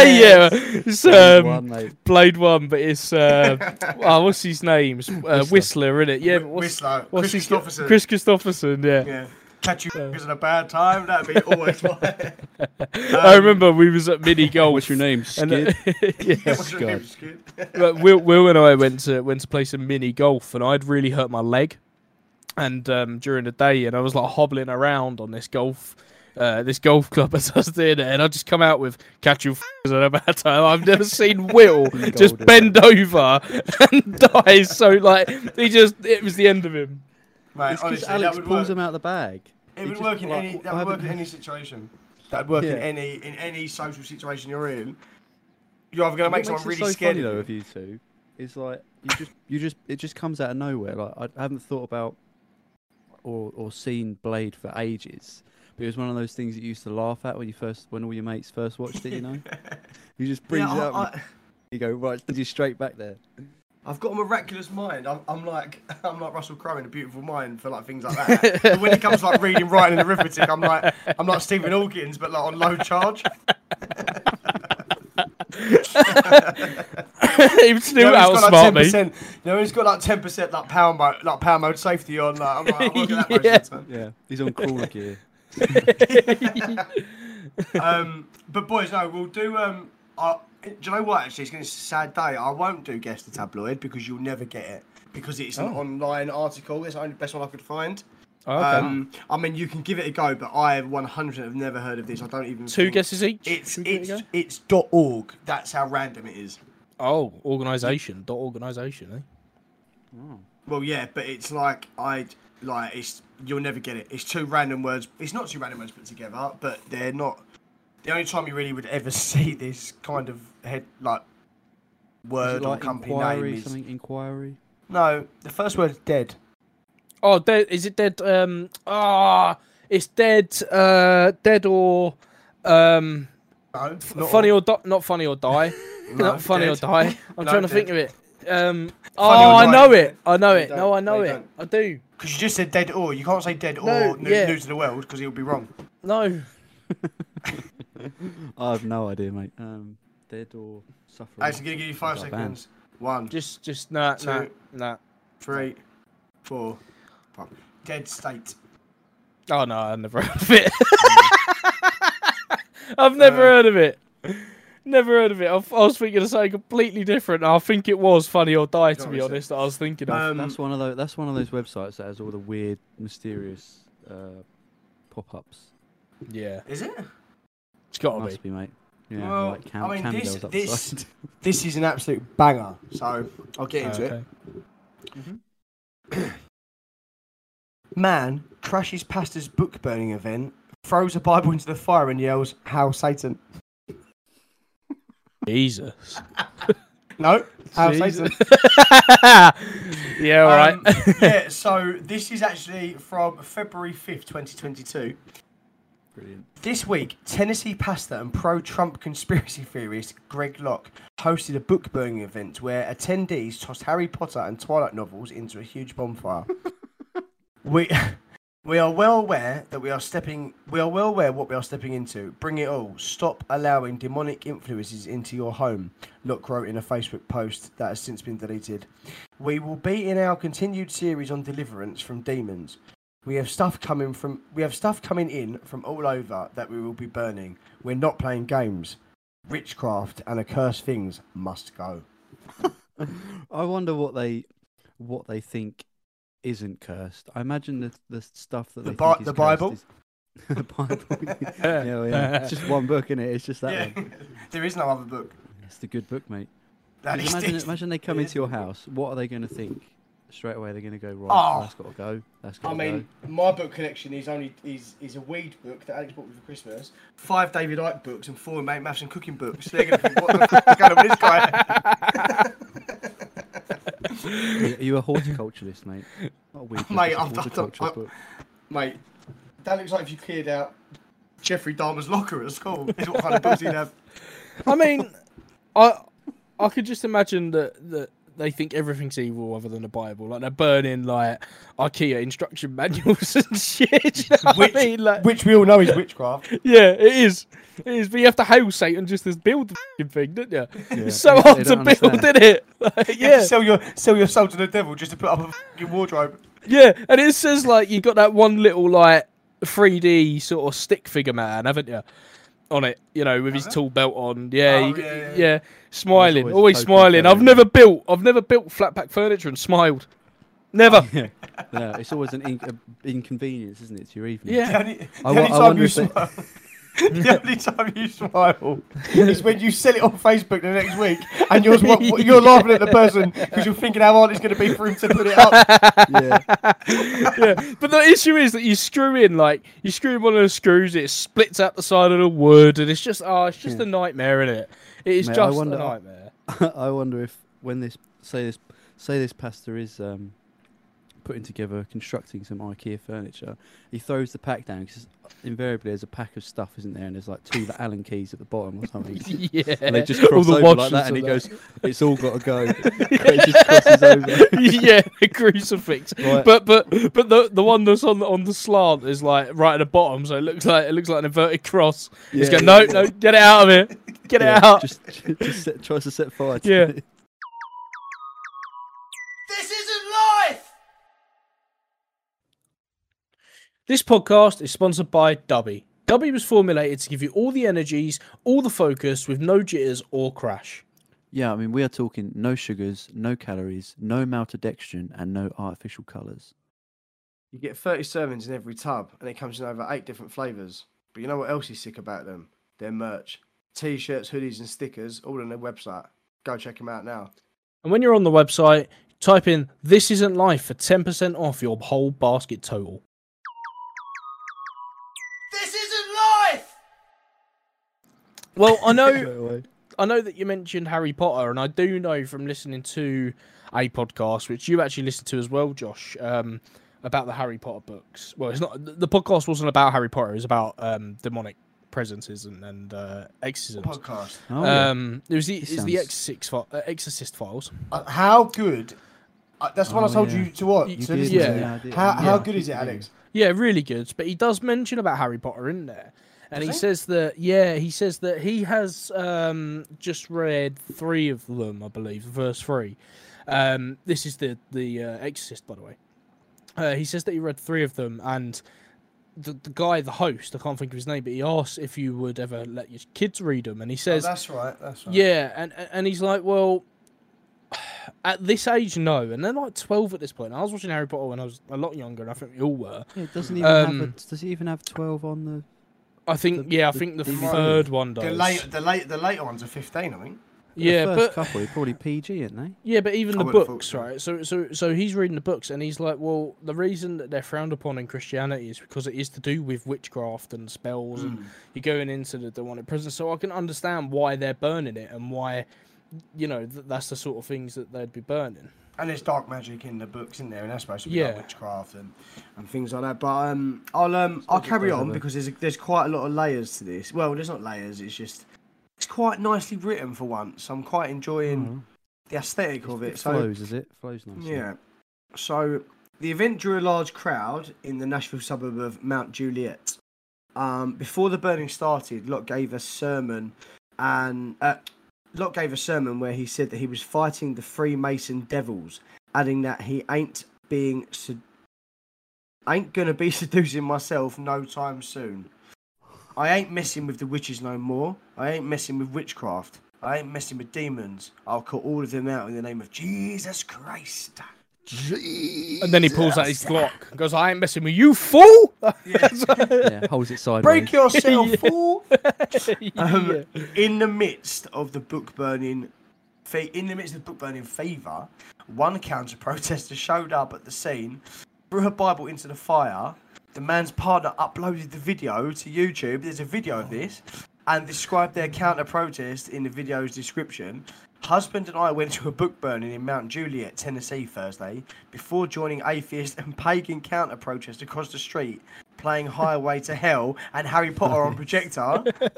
Speaker 2: yeah, it's um,
Speaker 3: One, mate.
Speaker 2: Blade One, but it's uh, oh, what's his name? It's, Uh, Whistler, isn't it? Yeah, but what's,
Speaker 1: Whistler,
Speaker 2: what's
Speaker 1: Chris
Speaker 2: his-
Speaker 1: Christopherson.
Speaker 2: Chris Christopherson, yeah.
Speaker 1: Yeah, catch you at a bad time. That'd be always my.
Speaker 2: I remember we was at mini
Speaker 1: oh,
Speaker 2: golf.
Speaker 3: What's your name?
Speaker 2: and,
Speaker 3: Skid.
Speaker 2: uh, yeah.
Speaker 1: What's your
Speaker 3: God.
Speaker 1: name, Skid?
Speaker 2: But Will, Will and I went to went to play some mini golf, and I'd really hurt my leg, and um, during the day, and I was like hobbling around on this golf. Uh, this golf club as I was doing it, and I just come out with catch you f***ers at a bad time. I've never seen Will just
Speaker 3: Golden.
Speaker 2: bend over and die. So like he just it was the end of him.
Speaker 1: Mate,
Speaker 3: It's 'cause
Speaker 1: honestly, that
Speaker 3: Alex
Speaker 1: would
Speaker 3: pulls
Speaker 1: work.
Speaker 3: him out the bag.
Speaker 1: It
Speaker 3: He
Speaker 1: would
Speaker 3: just-
Speaker 1: work in
Speaker 3: like,
Speaker 1: any.
Speaker 3: I
Speaker 1: That would work in
Speaker 3: haven't-
Speaker 1: any situation. That would work in
Speaker 3: Yeah.
Speaker 1: any in any social situation you're in. You're either going to
Speaker 3: What
Speaker 1: make someone
Speaker 3: makes it
Speaker 1: really
Speaker 3: so
Speaker 1: scared.
Speaker 3: Funny, though,
Speaker 1: of
Speaker 3: of
Speaker 1: you.
Speaker 3: you two, is like you just you just it just comes out of nowhere. Like I haven't thought about or or seen Blade for ages. But it was one of those things that you used to laugh at when you first when all your mates first watched it. You know, you just brings
Speaker 1: yeah,
Speaker 3: it up.
Speaker 1: I,
Speaker 3: and you go right, you straight back there.
Speaker 1: have got a miraculous mind. I'm, I'm like I'm like Russell Crowe in A Beautiful Mind for like things like that. but when it comes to like reading, writing, and arithmetic, I'm like I'm like Stephen Hawkins, but like on low charge.
Speaker 2: he would still
Speaker 1: he's got like
Speaker 2: outsmart me.
Speaker 1: 10%, You know, he's got like ten percent like power mode, like power mode safety on. Like, I'm like, I'm looking at that
Speaker 2: Yeah.
Speaker 1: most of the time.
Speaker 3: Yeah, he's on crawler gear.
Speaker 1: um, but boys, no, we'll do. Um, I, do you know what? Actually, it's going to be a sad day. I won't do guess the tabloid because you'll never get it because it's an
Speaker 2: Oh.
Speaker 1: online article. It's the only best one I could find.
Speaker 2: Oh, okay.
Speaker 1: Um, I mean, you can give it a go, but I 100 have never heard of this. I don't even.
Speaker 2: Two
Speaker 1: think-
Speaker 2: guesses each.
Speaker 1: It's
Speaker 2: Should we
Speaker 1: it's
Speaker 2: give it a go?
Speaker 1: it's dot org. That's how random it is.
Speaker 2: oh organisation dot organisation. Eh?
Speaker 1: Well, yeah, but it's like I like it's you'll never get it. It's two random words. It's not two random words put together, but they're not. The only time you really would ever see this kind of head like
Speaker 3: Is
Speaker 1: word
Speaker 3: it like
Speaker 1: or company
Speaker 3: inquiry,
Speaker 1: name is
Speaker 3: something inquiry.
Speaker 1: no. The first word is dead.
Speaker 2: Oh, dead, is it dead? Um, ah, it's dead. Uh, dead or um,
Speaker 1: No, not
Speaker 2: funny
Speaker 1: all.
Speaker 2: or di- not funny or die.
Speaker 1: No,
Speaker 2: not funny
Speaker 1: dead.
Speaker 2: or die. I'm
Speaker 1: No,
Speaker 2: trying to
Speaker 1: dead.
Speaker 2: think of it. Um,
Speaker 1: Funny
Speaker 2: oh,
Speaker 1: or
Speaker 2: I
Speaker 1: die.
Speaker 2: know it. I know
Speaker 1: No,
Speaker 2: it.
Speaker 1: you
Speaker 2: No,
Speaker 1: don't.
Speaker 2: I know
Speaker 1: No, you
Speaker 2: it.
Speaker 1: don't.
Speaker 2: I do.
Speaker 1: because you just said dead or. You can't say dead
Speaker 2: No,
Speaker 1: or new,
Speaker 2: yeah.
Speaker 1: new to the world because it would be wrong.
Speaker 2: No.
Speaker 3: I have no idea, mate. Um, dead or suffering.
Speaker 1: Actually, I'm gonna give you five
Speaker 3: Like a band.
Speaker 1: seconds. One,
Speaker 2: Just, just nah, nah,
Speaker 1: Two.
Speaker 2: nah.
Speaker 1: three, four, five. Dead state.
Speaker 2: Oh no, I never heard of it.
Speaker 1: Mm.
Speaker 2: I've never
Speaker 1: Uh,
Speaker 2: heard of it. Never heard of it. I, I was thinking of something completely different. I think it was Funny or Die, to
Speaker 1: Don't
Speaker 2: be
Speaker 1: listen.
Speaker 2: honest. That I was thinking of.
Speaker 1: Um,
Speaker 3: That's one of those. That's one of those websites that has all the weird, mysterious uh, pop-ups.
Speaker 2: yeah,
Speaker 1: is it?
Speaker 2: it's gotta be.
Speaker 3: Must be, mate. Yeah,
Speaker 1: Well,
Speaker 3: like cam-
Speaker 1: I mean,
Speaker 3: cameos
Speaker 1: this-
Speaker 3: up the
Speaker 1: this-
Speaker 3: side.
Speaker 1: This is an absolute banger. So I'll get
Speaker 2: Oh,
Speaker 1: into it.
Speaker 2: okay.
Speaker 1: Man crashes pastor's book burning event, throws a Bible into the fire, and yells, "How Satan!"
Speaker 2: Jesus.
Speaker 1: No, how
Speaker 2: Jesus.
Speaker 1: Satan.
Speaker 2: yeah, all right.
Speaker 1: Um, yeah. So this is actually from February fifth, twenty twenty-two.
Speaker 3: Brilliant.
Speaker 1: This week, Tennessee pastor and pro-Trump conspiracy theorist Greg Locke hosted a book burning event where attendees tossed Harry Potter and Twilight novels into a huge bonfire. we we are well aware that we are stepping we are well aware what we are stepping into. Bring it all. Stop allowing demonic influences into your home. Locke wrote in a Facebook post that has since been deleted. We will be in our continued series on deliverance from demons. We have stuff coming from we have stuff coming in from all over that we will be burning. We're not playing games. Witchcraft and accursed things must go.
Speaker 3: I wonder what they, what they think isn't cursed. I imagine the the stuff that
Speaker 1: The
Speaker 3: they
Speaker 1: Bi-
Speaker 3: think is
Speaker 1: the Bible?
Speaker 3: cursed is- the Bible. yeah, well, yeah. It's just one book, in it? It's just that one.
Speaker 1: there is no other book.
Speaker 3: It's the good book, mate.
Speaker 1: That
Speaker 3: 'Cause
Speaker 1: is
Speaker 3: Imagine,
Speaker 1: this.
Speaker 3: imagine they come
Speaker 1: it
Speaker 3: into your house. What are they going to think? straight away they're going to go right.
Speaker 1: Ah.
Speaker 4: Oh.
Speaker 3: That's got to go. That's got
Speaker 4: I
Speaker 3: to
Speaker 4: mean, my book collection is only is is a weed book that Alex bought me for Christmas, five David Icke books, and four mate maths and cooking books. They're going to think, what the fuck is going on with this guy?
Speaker 3: go. Are you a horticulturalist, mate? Not a weed book,
Speaker 4: Mate,
Speaker 3: it's a
Speaker 4: I've- I've-
Speaker 3: horticulturalist
Speaker 4: I've-
Speaker 3: book.
Speaker 4: Mate, that looks like if you cleared out Jeffrey Dahmer's locker at school. Is what kind of books he'd have.
Speaker 2: I mean, I I could just imagine that that they think everything's evil other than the Bible. Like they're burning like IKEA instruction manuals and shit. do you know what
Speaker 4: Which-
Speaker 2: I mean? Like,
Speaker 4: Which we all know is witchcraft.
Speaker 2: yeah, it is. It is. But you have to hail Satan just to build the f***ing thing, don't you?
Speaker 3: Yeah,
Speaker 2: It's so
Speaker 3: they- they
Speaker 2: hard to
Speaker 3: don't
Speaker 2: build,
Speaker 3: understand.
Speaker 2: isn't it? Like, yeah,
Speaker 4: Sell your sell your soul to the devil just to put up a fucking wardrobe.
Speaker 2: yeah. And it says like you got that one little like 3D sort of stick figure man, haven't you? On it, you know, with his
Speaker 4: Have I?
Speaker 2: tool belt on. Yeah,
Speaker 4: Oh,
Speaker 2: you g-
Speaker 4: yeah, yeah, yeah.
Speaker 2: yeah. Smiling,
Speaker 3: always
Speaker 2: always
Speaker 3: poking
Speaker 2: smiling. I've
Speaker 3: further.
Speaker 2: never built, I've never built flat pack furniture and smiled. Never.
Speaker 3: Yeah. No, it's always an in- a- inconvenience, isn't it, to your evening?
Speaker 2: Yeah.
Speaker 4: The only, the
Speaker 3: I
Speaker 4: only
Speaker 3: wo- I
Speaker 4: time
Speaker 3: wonder
Speaker 4: you
Speaker 3: if they-
Speaker 4: smile. the only time you smile is when you sell it on Facebook the next week, and you're wa- wa- you're laughing at the person because you're thinking how hard it's going to be for him to put it up.
Speaker 3: yeah.
Speaker 2: yeah, but the issue is that you screw in like you screw in one of the screws, it splits out the side of the wood, and it's just oh, it's just
Speaker 3: Yeah.
Speaker 2: a nightmare, isn't it? It is
Speaker 3: Mate, I
Speaker 2: just
Speaker 3: wonder-
Speaker 2: a nightmare.
Speaker 3: I wonder if when this say this say this pastor is um, putting together constructing some IKEA furniture, he throws the pack down because invariably there's a pack of stuff, isn't there? And there's like two Allen keys at the bottom or something.
Speaker 2: yeah,
Speaker 3: And they just cross
Speaker 2: All the
Speaker 3: over like that,
Speaker 2: washers
Speaker 3: and he
Speaker 2: are
Speaker 3: goes, "It's all got to go." And it just crosses over.
Speaker 2: there. yeah, a crucifix.
Speaker 3: Right.
Speaker 2: But but but the the one that's on the- on the slant is like right at the bottom, so it looks like it looks like an inverted cross. He's
Speaker 3: Yeah.
Speaker 2: going, no, no, get it out of here, get
Speaker 3: Yeah,
Speaker 2: it out.
Speaker 3: Just, just set, tries to set fire. To
Speaker 2: Yeah.
Speaker 3: it.
Speaker 4: This isn't life.
Speaker 2: This podcast is sponsored by Dubby. Dubby was formulated to give you all the energies, all the focus, with no jitters or crash.
Speaker 3: Yeah, I mean, we are talking no sugars, no calories, no maltodextrin, and no artificial colours.
Speaker 4: You get 30 servings in every tub, and it comes in over eight different flavours. But you know what else is sick about them? Their merch. T shirts, hoodies, and stickers, all on their website. Go check them out now.
Speaker 2: And when you're on the website, type in This Isn't Life for 10% off your whole basket total.
Speaker 4: This isn't life!
Speaker 2: Well, I know
Speaker 3: Straight away.
Speaker 2: I know that you mentioned Harry Potter, and I do know from listening to a podcast, which you actually listened to as well, Josh, um, about the Harry Potter books. Well, it's not the podcast wasn't about Harry Potter; it was about um, demonic presences and, and uh, exorcisms.
Speaker 4: Podcast.
Speaker 3: Oh, yeah.
Speaker 2: Um, it was the, it's the
Speaker 3: sounds-
Speaker 2: Exorcist, fi- uh, Exorcist Files.
Speaker 4: Uh, how good. Uh, that's the one
Speaker 3: Oh,
Speaker 4: I told
Speaker 3: yeah.
Speaker 4: you to watch.
Speaker 2: You
Speaker 4: to
Speaker 2: did,
Speaker 4: listen to.
Speaker 2: yeah.
Speaker 3: I did,
Speaker 4: How,
Speaker 3: yeah.
Speaker 4: how
Speaker 3: I
Speaker 4: good
Speaker 3: think
Speaker 4: is it,
Speaker 3: you did.
Speaker 4: Alex?
Speaker 2: Yeah, really good. But he does mention about Harry Potter in there, and
Speaker 4: Does
Speaker 2: he
Speaker 4: he?
Speaker 2: says that yeah, he says that he has um, just read three of them, I believe, the first three. Um, this is the the uh, Exorcist, by the way. Uh, he says that he read three of them, and the, the guy, the host, I can't think of his name, but he asks if you would ever let your kids read them, and he
Speaker 4: Oh,
Speaker 2: says
Speaker 4: that's right. That's right.
Speaker 2: yeah, and and- and he's like, well, at this age, no, and they're like twelve at this point. I was watching Harry Potter when I was a lot younger, and I think we all were.
Speaker 3: Yeah, it doesn't even have a,
Speaker 2: Um,
Speaker 3: does he even have twelve on the?
Speaker 2: I think
Speaker 3: The-
Speaker 2: yeah, I
Speaker 3: the
Speaker 2: think the
Speaker 3: DVD.
Speaker 2: third one does.
Speaker 4: The late, the late, the later ones are 15, I think.
Speaker 2: yeah,
Speaker 3: the first
Speaker 2: but
Speaker 3: couple, he's probably PG, isn't they?
Speaker 2: yeah, but even
Speaker 4: I
Speaker 2: the
Speaker 4: would've thought
Speaker 2: books,
Speaker 4: so.
Speaker 2: right? So so so he's reading the books and he's like, well, the reason that they're frowned upon in Christianity is because it is to do with witchcraft and spells, and
Speaker 4: Hmm.
Speaker 2: you're going into the demonic prison. So I can understand why they're burning it and why, you know, th- that's the sort of things that they'd be burning.
Speaker 4: And there's dark magic in the books in there, and that's supposed to be
Speaker 2: Yeah.
Speaker 4: like witchcraft and, and things like that. But um, I'll um, I'll
Speaker 3: Subject
Speaker 4: carry
Speaker 3: matter.
Speaker 4: on because there's there's quite a lot of layers to this. Well, there's not layers. It's just it's quite nicely written for once. I'm quite
Speaker 3: Hmm.
Speaker 4: enjoying the aesthetic of it.
Speaker 3: Oh, It
Speaker 4: So
Speaker 3: flows, is it? Flows nicely.
Speaker 4: yeah, so the event drew a large crowd in the Nashville suburb of Mount Juliet. Um, before the burning started, Locke gave a sermon, and uh, Locke gave a sermon where he said that he was fighting the Freemason devils, adding that he ain't being sed- ain't gonna be seducing myself no time soon. I ain't messing with the witches no more. I ain't messing with witchcraft. I ain't messing with demons. I'll cut all of them out in the name of Jesus Christ.
Speaker 2: And then he pulls out his Glock and goes, "I ain't messing with you, fool."
Speaker 3: Yeah, holds it sideways.
Speaker 4: Break yourself, fool!
Speaker 2: Yeah.
Speaker 4: Um, In the midst of the book burning, fe- in the midst of the book burning fever, one counter protester showed up at the scene, threw her Bible into the fire. The man's partner uploaded the video to YouTube. There's a video of this, and described their counter protest in the video's description. Husband and I went to a book burning in Mount Juliet, Tennessee, Thursday, before joining atheist and pagan counter protest across the street, playing Highway to Hell and Harry Potter on projector.
Speaker 3: yeah.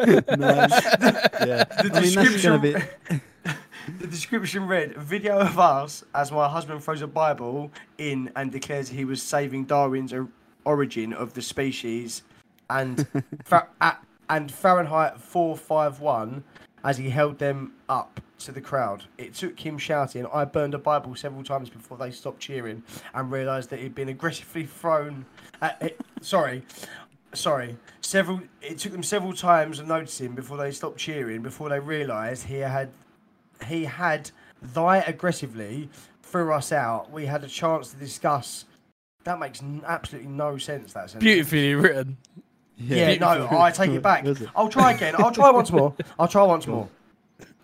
Speaker 4: The
Speaker 3: I mean, that's
Speaker 4: description
Speaker 3: going to be.
Speaker 4: The description read: "Video of us as my husband throws a Bible in and declares he was saving Darwin's or- origin of the species, and fa- a- and Fahrenheit 451 as he held them up to the crowd. It took him shouting, "I burned a Bible" several times before they stopped cheering and realised that he'd been aggressively thrown. At, it, sorry, sorry, several. It took them several times of noticing before they stopped cheering. Before they realised he had, he had thy aggressively threw us out. We had a chance to discuss. That makes n- absolutely no sense. That sentence.
Speaker 2: Beautifully written.
Speaker 4: Yeah, no,
Speaker 3: Beautiful.
Speaker 4: I take it back.
Speaker 3: Was it?
Speaker 4: I'll try again. I'll try once more. I'll try once more.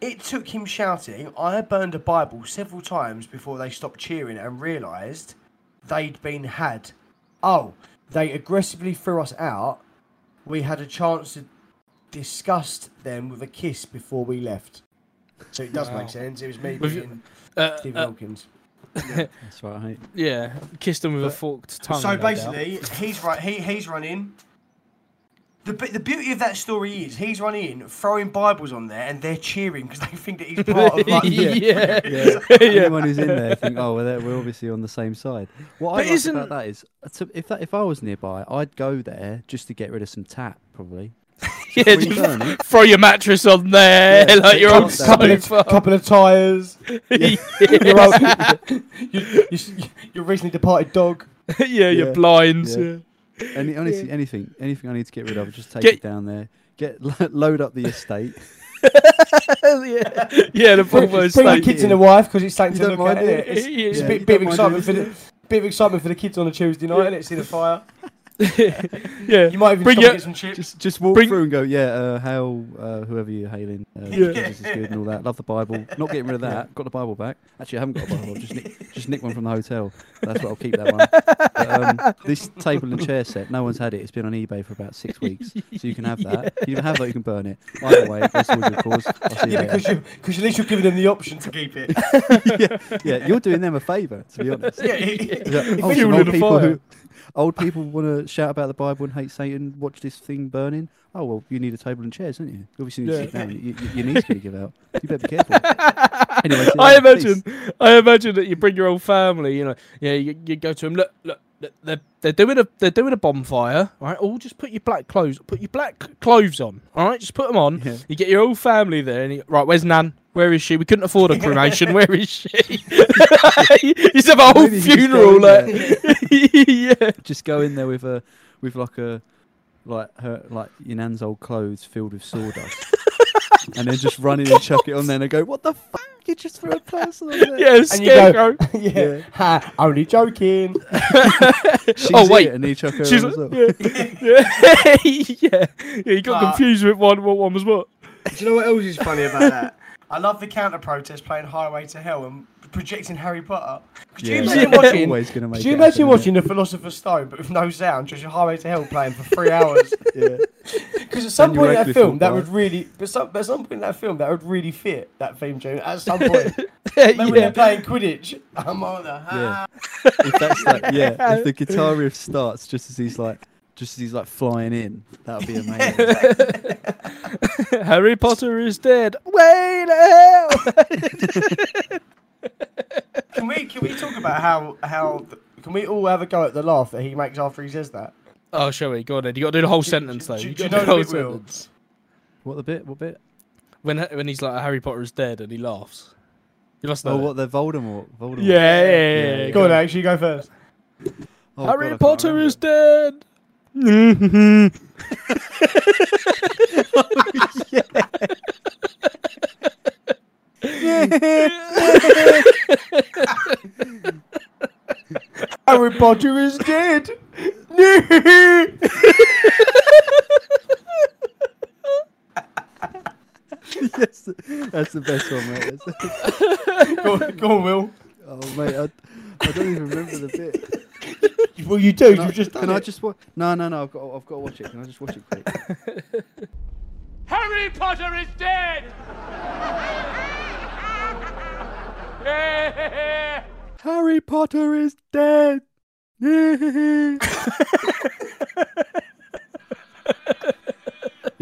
Speaker 4: It took him shouting, I burned a Bible several times before they stopped cheering and realised they'd been had. Oh, they aggressively threw us out. We had a chance to discuss them with a kiss before we left. So it does
Speaker 2: Wow.
Speaker 4: make sense. It was me
Speaker 2: With you-
Speaker 4: being
Speaker 2: Uh,
Speaker 4: Stephen
Speaker 2: uh,
Speaker 4: Hawkins.
Speaker 3: That's right, mate.
Speaker 2: yeah, kissed him with a
Speaker 3: But-
Speaker 2: forked tongue.
Speaker 4: So
Speaker 2: no doubt.
Speaker 4: basically, he's right. He he's run in. The bi- the beauty of that story is he's run in, throwing Bibles on there, and they're cheering because they think that he's part of like.
Speaker 2: yeah, yeah,
Speaker 3: Yeah.
Speaker 2: yeah.
Speaker 3: Anyone who's in there think, oh, well, they're- we're obviously on the same side. What
Speaker 2: But
Speaker 3: I like
Speaker 2: isn't-
Speaker 3: about that is, uh, to- if that, if I was nearby, I'd go there just to get rid of some tap, probably.
Speaker 2: Yeah,
Speaker 3: Before you
Speaker 2: just
Speaker 3: burn it.
Speaker 2: throw your mattress on there
Speaker 3: Yeah,
Speaker 2: like
Speaker 3: it
Speaker 2: you're on
Speaker 3: comes down.
Speaker 4: Couple of,
Speaker 2: sofa.
Speaker 4: couple of tires.
Speaker 2: yeah,
Speaker 4: Your, old, your, your, your recently departed dog.
Speaker 2: yeah, your
Speaker 3: Yeah,
Speaker 2: blinds.
Speaker 3: yeah.
Speaker 2: Yeah.
Speaker 3: Any, honestly, anything, anything I need to get rid of, just take
Speaker 2: Get-
Speaker 3: it down there. Get lo- load up the estate.
Speaker 2: yeah, yeah, the
Speaker 4: Bring,
Speaker 2: Volvo
Speaker 4: bring the
Speaker 2: estate.
Speaker 4: kids and the wife because it's something
Speaker 3: You
Speaker 4: to
Speaker 3: don't
Speaker 4: look at.
Speaker 3: mind,
Speaker 4: It?
Speaker 3: do
Speaker 4: It's,
Speaker 2: you?
Speaker 4: it's
Speaker 2: Yeah,
Speaker 4: a
Speaker 3: you
Speaker 4: bit, bit of
Speaker 3: don't mind,
Speaker 4: excitement for
Speaker 3: do
Speaker 4: the bit of excitement for the kids on a Tuesday night. Let's see the fire.
Speaker 2: yeah,
Speaker 4: You might even
Speaker 2: Bring
Speaker 4: stop
Speaker 2: your-
Speaker 4: and get some chips.
Speaker 3: Just just walk
Speaker 2: Bring-
Speaker 3: through and go, yeah, uh, hail uh, whoever you're hailing. Uh,
Speaker 4: Yeah.
Speaker 3: Jesus is good and all that. Love the Bible. Not getting rid of that. Got the Bible back. Actually, I haven't got a Bible. Just nick, just nick one from the hotel. That's what I'll keep that one. But, um, this table and chair set, no one's had it. It's been on eBay for about six weeks. So you can have that. You can have that. You can burn it. Either way, that's all your cause. I'll see you
Speaker 4: Yeah,
Speaker 3: later.
Speaker 4: because you because at least you're giving them the option to keep it.
Speaker 3: yeah, you're doing them a favour, to be honest.
Speaker 4: Yeah, it-
Speaker 3: Is that,
Speaker 2: If
Speaker 3: "Oh,
Speaker 2: you
Speaker 3: some
Speaker 2: were
Speaker 3: old
Speaker 2: in a
Speaker 3: people
Speaker 2: fire."
Speaker 3: who old people want to shout about the Bible and hate Satan. Watch this thing burning. Oh well, you need a table and chairs, don't you? You Obviously, you need to sit
Speaker 2: Yeah.
Speaker 3: down. You, you, your knees going to give out. You better be careful. Anyway, see you
Speaker 2: I
Speaker 3: later.
Speaker 2: imagine,
Speaker 3: Peace.
Speaker 2: I imagine that you bring your whole family. You know, yeah, you, you go to them. Look, look, look, they're they're doing a they're doing a bonfire. All right, all just put your black clothes, put your black clothes on. All right, just put them on.
Speaker 3: Yeah.
Speaker 2: You get your whole family there. And you, right, where's Nan? Where is she? We couldn't afford a cremation. Where is she? He's have a whole
Speaker 3: Maybe you just
Speaker 2: funeral.
Speaker 3: go
Speaker 2: Like,
Speaker 3: in
Speaker 2: yeah,
Speaker 3: Just go in there with a with like a like her like your nan's old clothes filled with sawdust, and then just run in and chuck it on there and they go, "What the fuck? You just threw a person on there."
Speaker 2: yeah,
Speaker 4: And you go,
Speaker 2: scarecrow.
Speaker 4: yeah,
Speaker 3: Yeah.
Speaker 4: ha, only joking.
Speaker 3: She's
Speaker 2: Oh,
Speaker 3: it,
Speaker 2: wait.
Speaker 3: and he chuck her
Speaker 2: She's
Speaker 3: on
Speaker 2: like,
Speaker 3: as well.
Speaker 2: yeah, yeah, yeah, yeah. You got
Speaker 4: Nah.
Speaker 2: confused with one. What one was what?
Speaker 4: Do you know what else is funny about that? I love the counter protest playing Highway to Hell and projecting Harry Potter. Could you
Speaker 3: Yeah.
Speaker 4: imagine
Speaker 2: Yeah.
Speaker 4: watching?
Speaker 3: Always gonna make
Speaker 4: could you
Speaker 3: it
Speaker 4: imagine
Speaker 3: happen,
Speaker 4: watching the Philosopher's Stone but with no sound, just Highway to Hell playing for three hours?
Speaker 3: innit? Yeah.
Speaker 4: Because at some
Speaker 3: And you
Speaker 4: point in that
Speaker 3: Radcliffe
Speaker 4: film,
Speaker 3: walk
Speaker 4: that
Speaker 3: by.
Speaker 4: would really, but some, at some point in that film, that would really fit that theme tune. At some point,
Speaker 2: yeah.
Speaker 4: Maybe when they're playing Quidditch, I'm on the
Speaker 3: Yeah.
Speaker 4: ha.
Speaker 3: if that's like, yeah, if the guitar riff starts just as he's like, just as he's like flying in, that would be amazing.
Speaker 2: Harry Potter is dead. Way to hell!
Speaker 4: Can we can we talk about how how can we all have a go at the laugh that he makes after he says that?
Speaker 2: oh, shall we? Go on then. You got to do the whole sentence though.
Speaker 4: do-
Speaker 2: You
Speaker 4: do you
Speaker 2: gotta
Speaker 4: know
Speaker 2: the
Speaker 4: the bit, Will?
Speaker 3: What the bit? What bit?
Speaker 2: When when he's like Harry Potter is dead and he laughs. You must know.
Speaker 3: Oh,
Speaker 2: that.
Speaker 3: what the Voldemort? Voldemort.
Speaker 2: Yeah, yeah, yeah, yeah,
Speaker 4: Go on, Alex, you go first.
Speaker 3: Oh, God, I
Speaker 2: Harry
Speaker 3: can't
Speaker 2: Potter
Speaker 3: remember
Speaker 2: is
Speaker 3: it.
Speaker 2: dead.
Speaker 4: Harry Potter is dead.
Speaker 3: yes, That's the best one, mate. That's-
Speaker 4: Go, on- go on, Will.
Speaker 3: Oh, mate, I, I don't even remember the bit.
Speaker 4: Well, you do.
Speaker 3: Can I,
Speaker 4: You've just done
Speaker 3: can I
Speaker 4: it.
Speaker 3: just watch? No, no, no. I've got, I've got to watch it. Can I just watch it quick?
Speaker 5: Harry Potter is dead!
Speaker 3: Harry Potter is dead. he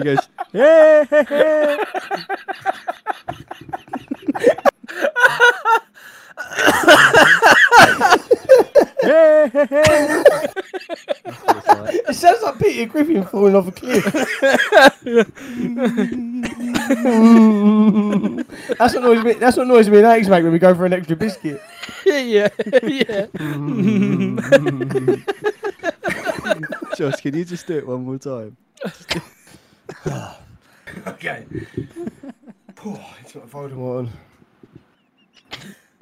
Speaker 3: goes, yeah.
Speaker 4: It sounds like Peter Griffin falling off a cliff. that's what noise me. That's what noise me and Alex make when we go for an extra biscuit.
Speaker 2: yeah, yeah.
Speaker 3: Josh, can you just do it one more time?
Speaker 4: Okay. Oh, it's not folding one.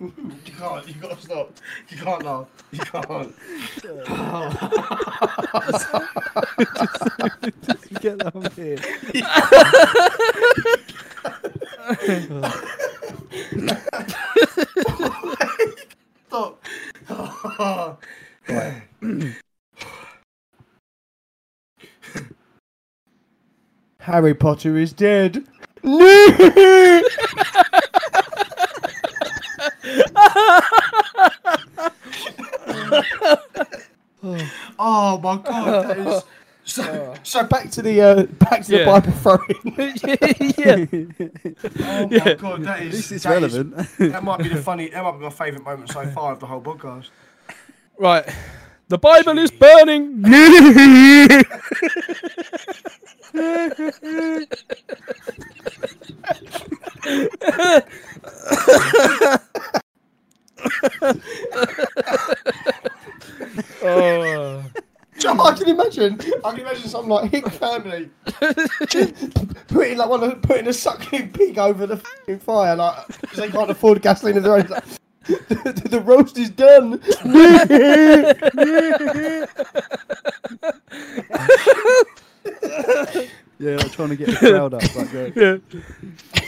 Speaker 4: You can't. You gotta stop. You can't laugh. You can't.
Speaker 3: Get that one here.
Speaker 4: Stop. Harry Potter is dead. No. oh my god! That is... So, so back to the uh, back to
Speaker 2: Yeah.
Speaker 4: the Bible throwing.
Speaker 2: yeah.
Speaker 4: oh my
Speaker 2: Yeah.
Speaker 4: god, that is
Speaker 3: This is
Speaker 4: that
Speaker 3: relevant.
Speaker 4: that might be the funny. That might be my favourite moment so far of the whole podcast.
Speaker 2: Right. The Bible is burning. yeah, Oh.
Speaker 4: Joe, I can imagine. I can imagine something like Hick family putting like one of, putting a suckling pig over the fucking fire, like because they can't afford gasoline of their own. Like, the, the, the roast is done.
Speaker 3: Yeah, like trying to get the crowd up. Like, go,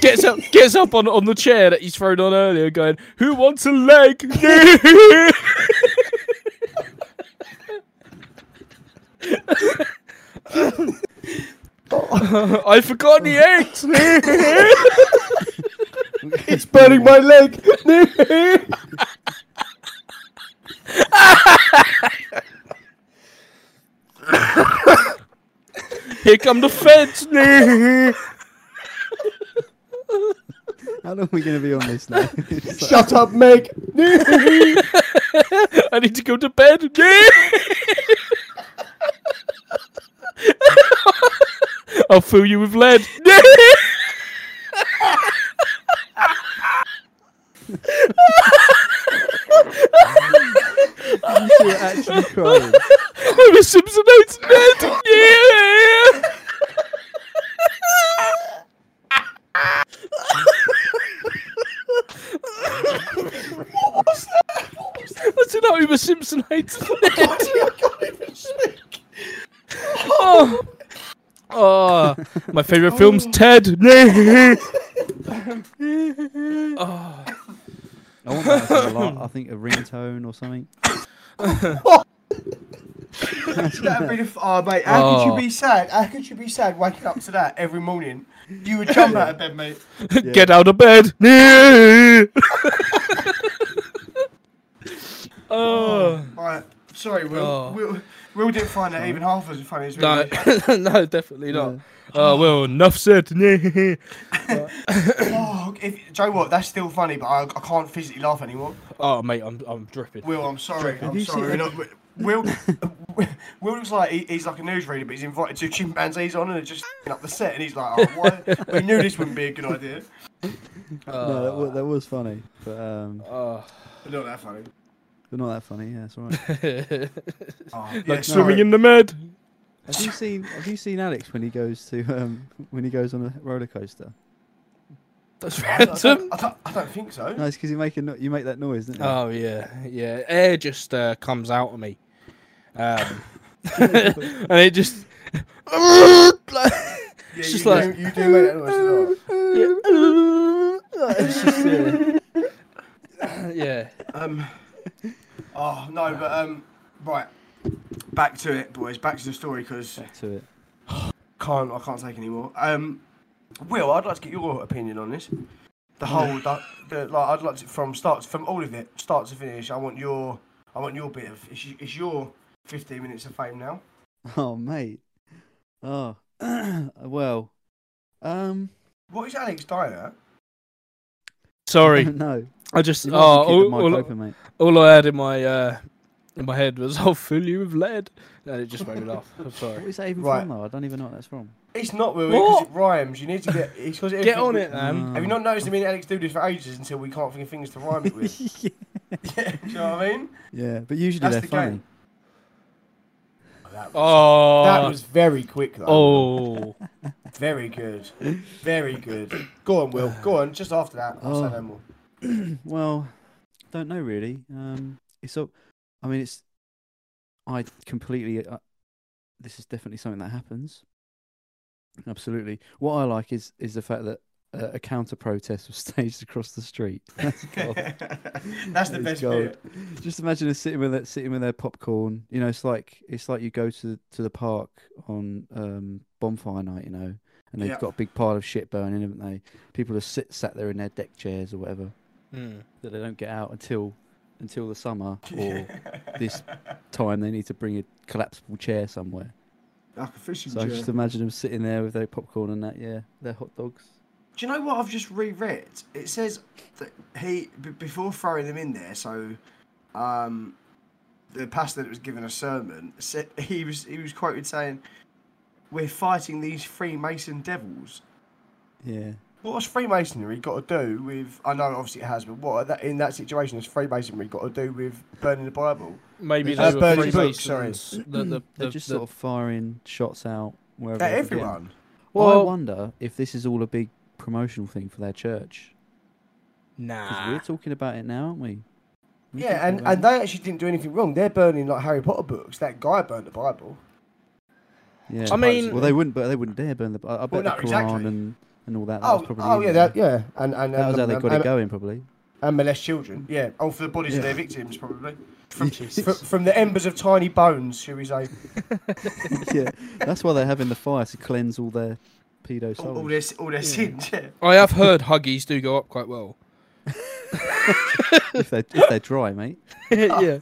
Speaker 2: Gets up, gets up on, on the chair that he's thrown on earlier, going, "Who wants a leg?" I forgot the eggs.
Speaker 4: It's burning my leg.
Speaker 2: Here come the feds.
Speaker 3: How long are we going to be on this now? It's like-
Speaker 4: Shut up, Meg.
Speaker 2: I need to go to bed. I'll fill you with lead.
Speaker 3: You're actually crying.
Speaker 2: I'm a Simpsonite lead. Yeah. what was that? What was that? That's an Homer Simpsonite.
Speaker 4: I can't even speak.
Speaker 2: oh. oh, my favorite film's Ted. oh.
Speaker 3: I want that as a lot. I think a ringtone or something.
Speaker 4: That'd be the f- oh, mate. How could
Speaker 2: Oh.
Speaker 4: you be sad? How could you be sad waking up to that every morning? You would jump out of bed, mate.
Speaker 2: Get out of bed. oh.
Speaker 4: Right. Sorry, Will.
Speaker 2: Oh.
Speaker 4: Will, Will didn't find that even half as funny as we
Speaker 2: No,
Speaker 4: did.
Speaker 2: no, definitely not. Oh, well, enough said.
Speaker 4: Oh, if, do you know what? That's still funny, but I, I can't physically laugh anymore.
Speaker 2: oh, mate, I'm, I'm dripping.
Speaker 4: Will, I'm sorry.
Speaker 3: Have you
Speaker 4: I'm sorry.
Speaker 3: seen-
Speaker 4: We're not- we- Will, Will looks like he, he's like a newsreader, but he's invited two chimpanzees on and they're just f***ing up the set, and he's like, "Oh, why? we knew this wouldn't be a good idea."
Speaker 2: Uh,
Speaker 3: no, that was, that was funny, but um,
Speaker 2: Oh.
Speaker 4: But not that funny.
Speaker 3: they're not that funny. Yeah, it's all right.
Speaker 4: Oh,
Speaker 2: like swimming in the med.
Speaker 3: Have you seen Have you seen Alex when he goes to um when he goes on a roller coaster?
Speaker 2: That's
Speaker 4: I
Speaker 2: random.
Speaker 4: don't, I, don't, I don't think so.
Speaker 3: No, it's because you make a no- you make that noise, don't you?
Speaker 2: Oh yeah, yeah. Air just uh, comes out of me, um,
Speaker 3: Oh.
Speaker 2: and it just.
Speaker 4: Yeah,
Speaker 2: it's
Speaker 4: you
Speaker 2: just
Speaker 4: do,
Speaker 2: like-
Speaker 4: oh. you do make that noise a lot.
Speaker 2: Yeah. it's just, uh, yeah.
Speaker 4: Um. Oh no, but um. Right. Back to it, boys. Back to the story because
Speaker 3: Back to it.
Speaker 4: can't I can't take anymore. Um. Will, I'd like to get your opinion on this. The whole, the, the, like, I'd like to from start from all of it, start to finish. I want your, I want your bit of. It's, y- it's your 15 minutes of fame now.
Speaker 3: Oh, mate. Oh, well. Um,
Speaker 4: What is Alex dying at?
Speaker 2: Sorry,
Speaker 3: no.
Speaker 2: I just
Speaker 3: You
Speaker 2: oh,
Speaker 3: might as well keep the
Speaker 2: all,
Speaker 3: mic
Speaker 2: all,
Speaker 3: open, mate.
Speaker 2: all I had in my uh, in my head was "I'll fill you with lead," and it just made me laugh. I'm
Speaker 3: What
Speaker 2: sorry.
Speaker 3: is that even
Speaker 4: Right.
Speaker 3: from, though? I don't even know what that's from.
Speaker 4: It's not Will because
Speaker 2: What?
Speaker 4: it rhymes. You need to get. It's because
Speaker 2: Get on it, man.
Speaker 4: Um, Have you
Speaker 3: Mm.
Speaker 4: not noticed me and Alex do this for ages until we can't think of things to rhyme it with?
Speaker 3: yeah.
Speaker 4: yeah, do you know what I mean?
Speaker 3: yeah, but usually
Speaker 4: That's
Speaker 3: they're
Speaker 4: the
Speaker 3: funny.
Speaker 4: game. That was,
Speaker 2: Oh,
Speaker 4: very quick, though.
Speaker 2: oh,
Speaker 4: Very good. Very good. Go on, Will. Go on. Just after that, I'll
Speaker 3: Oh.
Speaker 4: say no more.
Speaker 3: well, don't know really. Um, it's a, I mean, it's. I completely. Uh, this is definitely something that happens. Absolutely. What I like is is the fact that uh, a counter protest was staged across the street. That's gold.
Speaker 4: That's the
Speaker 3: That is
Speaker 4: best
Speaker 3: gold.
Speaker 4: bit.
Speaker 3: Just imagine us sitting with it, sitting with their popcorn. You know, it's like it's like you go to to the park on um, bonfire night. You know, and they've
Speaker 4: Yeah.
Speaker 3: got a big pile of shit burning, haven't they? People are sit sat there in their deck chairs or whatever
Speaker 2: Hmm.
Speaker 3: that they don't get out until until the summer or this time they need to bring a collapsible chair somewhere.
Speaker 4: Like a fishing
Speaker 3: So I
Speaker 4: chair.
Speaker 3: just imagine them sitting there with their popcorn and that, yeah, their hot dogs.
Speaker 4: Do you know what I've just reread? It says that he b- before throwing them in there. So, um, the pastor that was giving a sermon said he was he was quoted saying, "We're fighting these Freemason devils."
Speaker 3: Yeah.
Speaker 4: What has Freemasonry got to do with? I know obviously it has, but what are that in that situation has Freemasonry got to do with burning the Bible?
Speaker 2: maybe
Speaker 3: Uh,
Speaker 2: they were
Speaker 4: Burning Book,
Speaker 2: Freemasons. The,
Speaker 4: Mm.
Speaker 2: the,
Speaker 3: They're
Speaker 2: the-
Speaker 3: just
Speaker 2: the-
Speaker 3: sort of firing shots out wherever.
Speaker 4: At
Speaker 3: they can get 'em.
Speaker 4: everyone.
Speaker 3: I
Speaker 2: Well-
Speaker 3: wonder if this is all a big promotional thing for their church. Because
Speaker 2: nah.
Speaker 3: we're talking about it now, aren't we? We're
Speaker 4: Ah. Yeah,
Speaker 3: talking
Speaker 4: and,
Speaker 3: about
Speaker 4: and
Speaker 3: it.
Speaker 4: they actually didn't do anything wrong. They're burning like Harry Potter books. That guy burnt the Bible.
Speaker 3: yeah.
Speaker 2: I mean,
Speaker 3: well, they wouldn't, but they wouldn't dare burn the. I, I bet
Speaker 4: no,
Speaker 3: the Quran
Speaker 4: exactly.
Speaker 3: and, and all that. that was
Speaker 4: Oh,
Speaker 3: probably
Speaker 4: oh
Speaker 3: in
Speaker 4: yeah,
Speaker 3: there.
Speaker 4: that, yeah, um, and and
Speaker 3: that
Speaker 4: and,
Speaker 3: was how they
Speaker 4: and-
Speaker 3: got
Speaker 4: and-
Speaker 3: it going, probably.
Speaker 4: and molest children. Yeah. Oh, for the bodies of
Speaker 3: Yeah.
Speaker 4: their victims, probably. From,
Speaker 2: Jesus.
Speaker 4: fr- from the embers of tiny bones, shall we say?
Speaker 3: yeah, that's why they're having the fire to cleanse all their pedo
Speaker 4: All, all
Speaker 3: souls.
Speaker 4: their, all their sins. Yeah.
Speaker 2: I have heard huggies do go up quite well.
Speaker 3: if, they're, if they're dry, mate.
Speaker 2: yeah.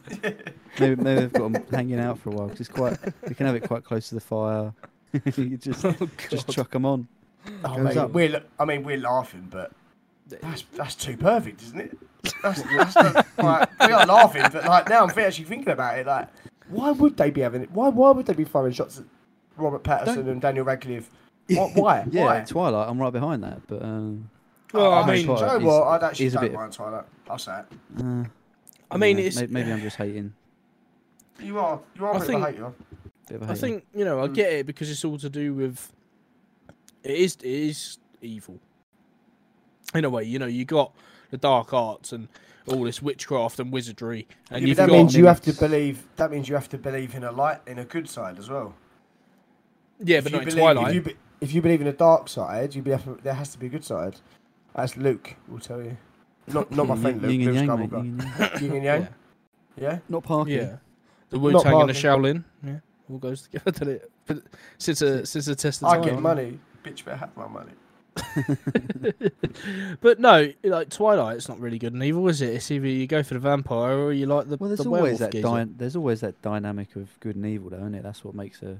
Speaker 3: Maybe, maybe they've got them hanging out for a while 'cause it's quite. You can have it quite close to the fire. you just just chuck them on.
Speaker 4: Oh,
Speaker 3: Goes
Speaker 4: mate,
Speaker 3: up.
Speaker 4: we're, la- I mean, we're laughing, but that's that's too perfect, isn't it? That's, that's not, like, we are laughing, but like now I'm actually thinking about it. Like, why would they be having it? Why why would they be firing shots at Robert Patterson and Daniel Radcliffe? Why? why?
Speaker 3: Yeah,
Speaker 4: why?
Speaker 3: Twilight. I'm right behind that, but um,
Speaker 2: Well, I
Speaker 4: Oh,
Speaker 2: mean,
Speaker 4: do you know
Speaker 3: Twilight
Speaker 4: what?
Speaker 3: is-
Speaker 4: I'd actually
Speaker 3: is a
Speaker 4: don't
Speaker 3: bit-
Speaker 4: mind Twilight. I'll say it.
Speaker 3: uh,
Speaker 2: I mean,
Speaker 3: dunno,
Speaker 2: it's.
Speaker 3: may- maybe I'm just hating.
Speaker 4: You are you
Speaker 2: I
Speaker 4: are a bit of
Speaker 2: think-
Speaker 4: a hater.
Speaker 3: Bit of a
Speaker 2: I
Speaker 3: hater.
Speaker 2: think you know. I
Speaker 4: Mm.
Speaker 2: get it because it's all to do with. It is. It is evil. In a way, you know, you got the dark arts and all this witchcraft and wizardry, and
Speaker 4: Yeah,
Speaker 2: you've
Speaker 4: but that
Speaker 2: got
Speaker 4: means you have to
Speaker 3: Minutes.
Speaker 4: believe. That means you have to believe in a light, in a good side as well.
Speaker 2: yeah,
Speaker 4: If
Speaker 2: but
Speaker 4: you
Speaker 2: not in
Speaker 4: believe-
Speaker 2: Twilight.
Speaker 4: If you, be, if you believe in a dark side, you be, there has to be a good side. That's Luke will tell you. Not not my
Speaker 3: Yin-
Speaker 4: friend Luke.
Speaker 3: yin and
Speaker 4: Luke's
Speaker 3: yang,
Speaker 4: double
Speaker 3: mate,
Speaker 4: guy.
Speaker 3: yin and yang.
Speaker 4: Yin and Yang.
Speaker 2: Yeah.
Speaker 4: Yeah.
Speaker 3: Not Parky.
Speaker 2: yeah, the Wu Tang and the
Speaker 4: Marvel.
Speaker 2: Shaolin. Yeah, all goes together. doesn't it? But since a since a test of
Speaker 4: I
Speaker 2: time.
Speaker 4: get money. Bitch, better have my money.
Speaker 2: But no, like Twilight, it's not really good and evil, is it? It's either you go for the vampire or you like the
Speaker 3: Well, there's
Speaker 2: the
Speaker 3: always
Speaker 2: werewolf
Speaker 3: that
Speaker 2: geezer.
Speaker 3: dy- there's always that dynamic of good and evil, though, isn't it? That's what makes a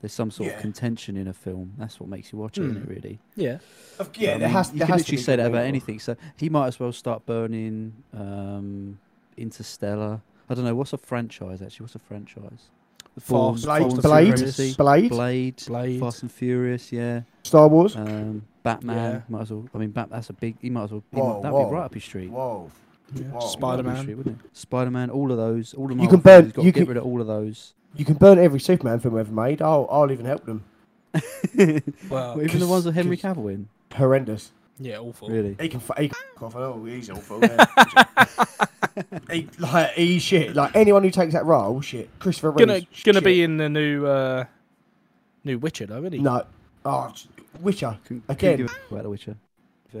Speaker 3: there's some sort
Speaker 4: Yeah.
Speaker 3: of contention in a film. That's what makes you watch it, isn't it?
Speaker 2: Hmm.
Speaker 3: Really.
Speaker 2: Yeah,
Speaker 4: Of- Yeah,
Speaker 3: I
Speaker 4: there
Speaker 3: mean,
Speaker 4: has.
Speaker 3: You
Speaker 4: there
Speaker 3: can
Speaker 4: has
Speaker 3: literally
Speaker 4: to be
Speaker 3: say
Speaker 4: good
Speaker 3: that about
Speaker 4: people.
Speaker 3: anything. So he might as well start burning um, Interstellar. I don't know what's a franchise actually. What's a franchise?
Speaker 2: the
Speaker 3: Bourne-
Speaker 2: Fast,
Speaker 4: Blade-
Speaker 2: Fast and
Speaker 4: Blade-
Speaker 2: Furious,
Speaker 4: Blade,
Speaker 3: Blade,
Speaker 2: Blade.
Speaker 3: Fast and Furious, yeah.
Speaker 4: Star Wars.
Speaker 3: Um, Batman
Speaker 2: Yeah.
Speaker 3: might as well. I mean, Bat, that's a big. He might as well. He
Speaker 4: Whoa,
Speaker 3: might, that'd
Speaker 4: whoa,
Speaker 3: be right up his street.
Speaker 4: Whoa.
Speaker 2: Yeah.
Speaker 4: Whoa.
Speaker 3: Right up his
Speaker 2: Spider-Man.
Speaker 3: street, wouldn't it? Spider-Man, all of those, all of
Speaker 4: You
Speaker 3: Marvel
Speaker 4: can burn-
Speaker 3: films, got
Speaker 4: you
Speaker 3: to get
Speaker 4: can-
Speaker 3: rid of all of those.
Speaker 4: You can burn every Superman film ever made. I'll I'll even help them.
Speaker 2: Well,
Speaker 3: Well, even the ones with Henry
Speaker 4: 'cause-
Speaker 3: Cavill in,
Speaker 4: Horrendous.
Speaker 2: yeah, awful.
Speaker 3: really.
Speaker 4: He can, f- he can f- off. I know he's awful. Yeah. he, like he shit. Like anyone who takes that role, Oh, shit. Christopher Reeve.
Speaker 2: Gonna gonna be in the new uh, new Witcher though, isn't he?
Speaker 4: No. Oh, j- Witcher.
Speaker 3: Couldn't,
Speaker 4: Again.
Speaker 3: couldn't give a f- about The Witcher. Fair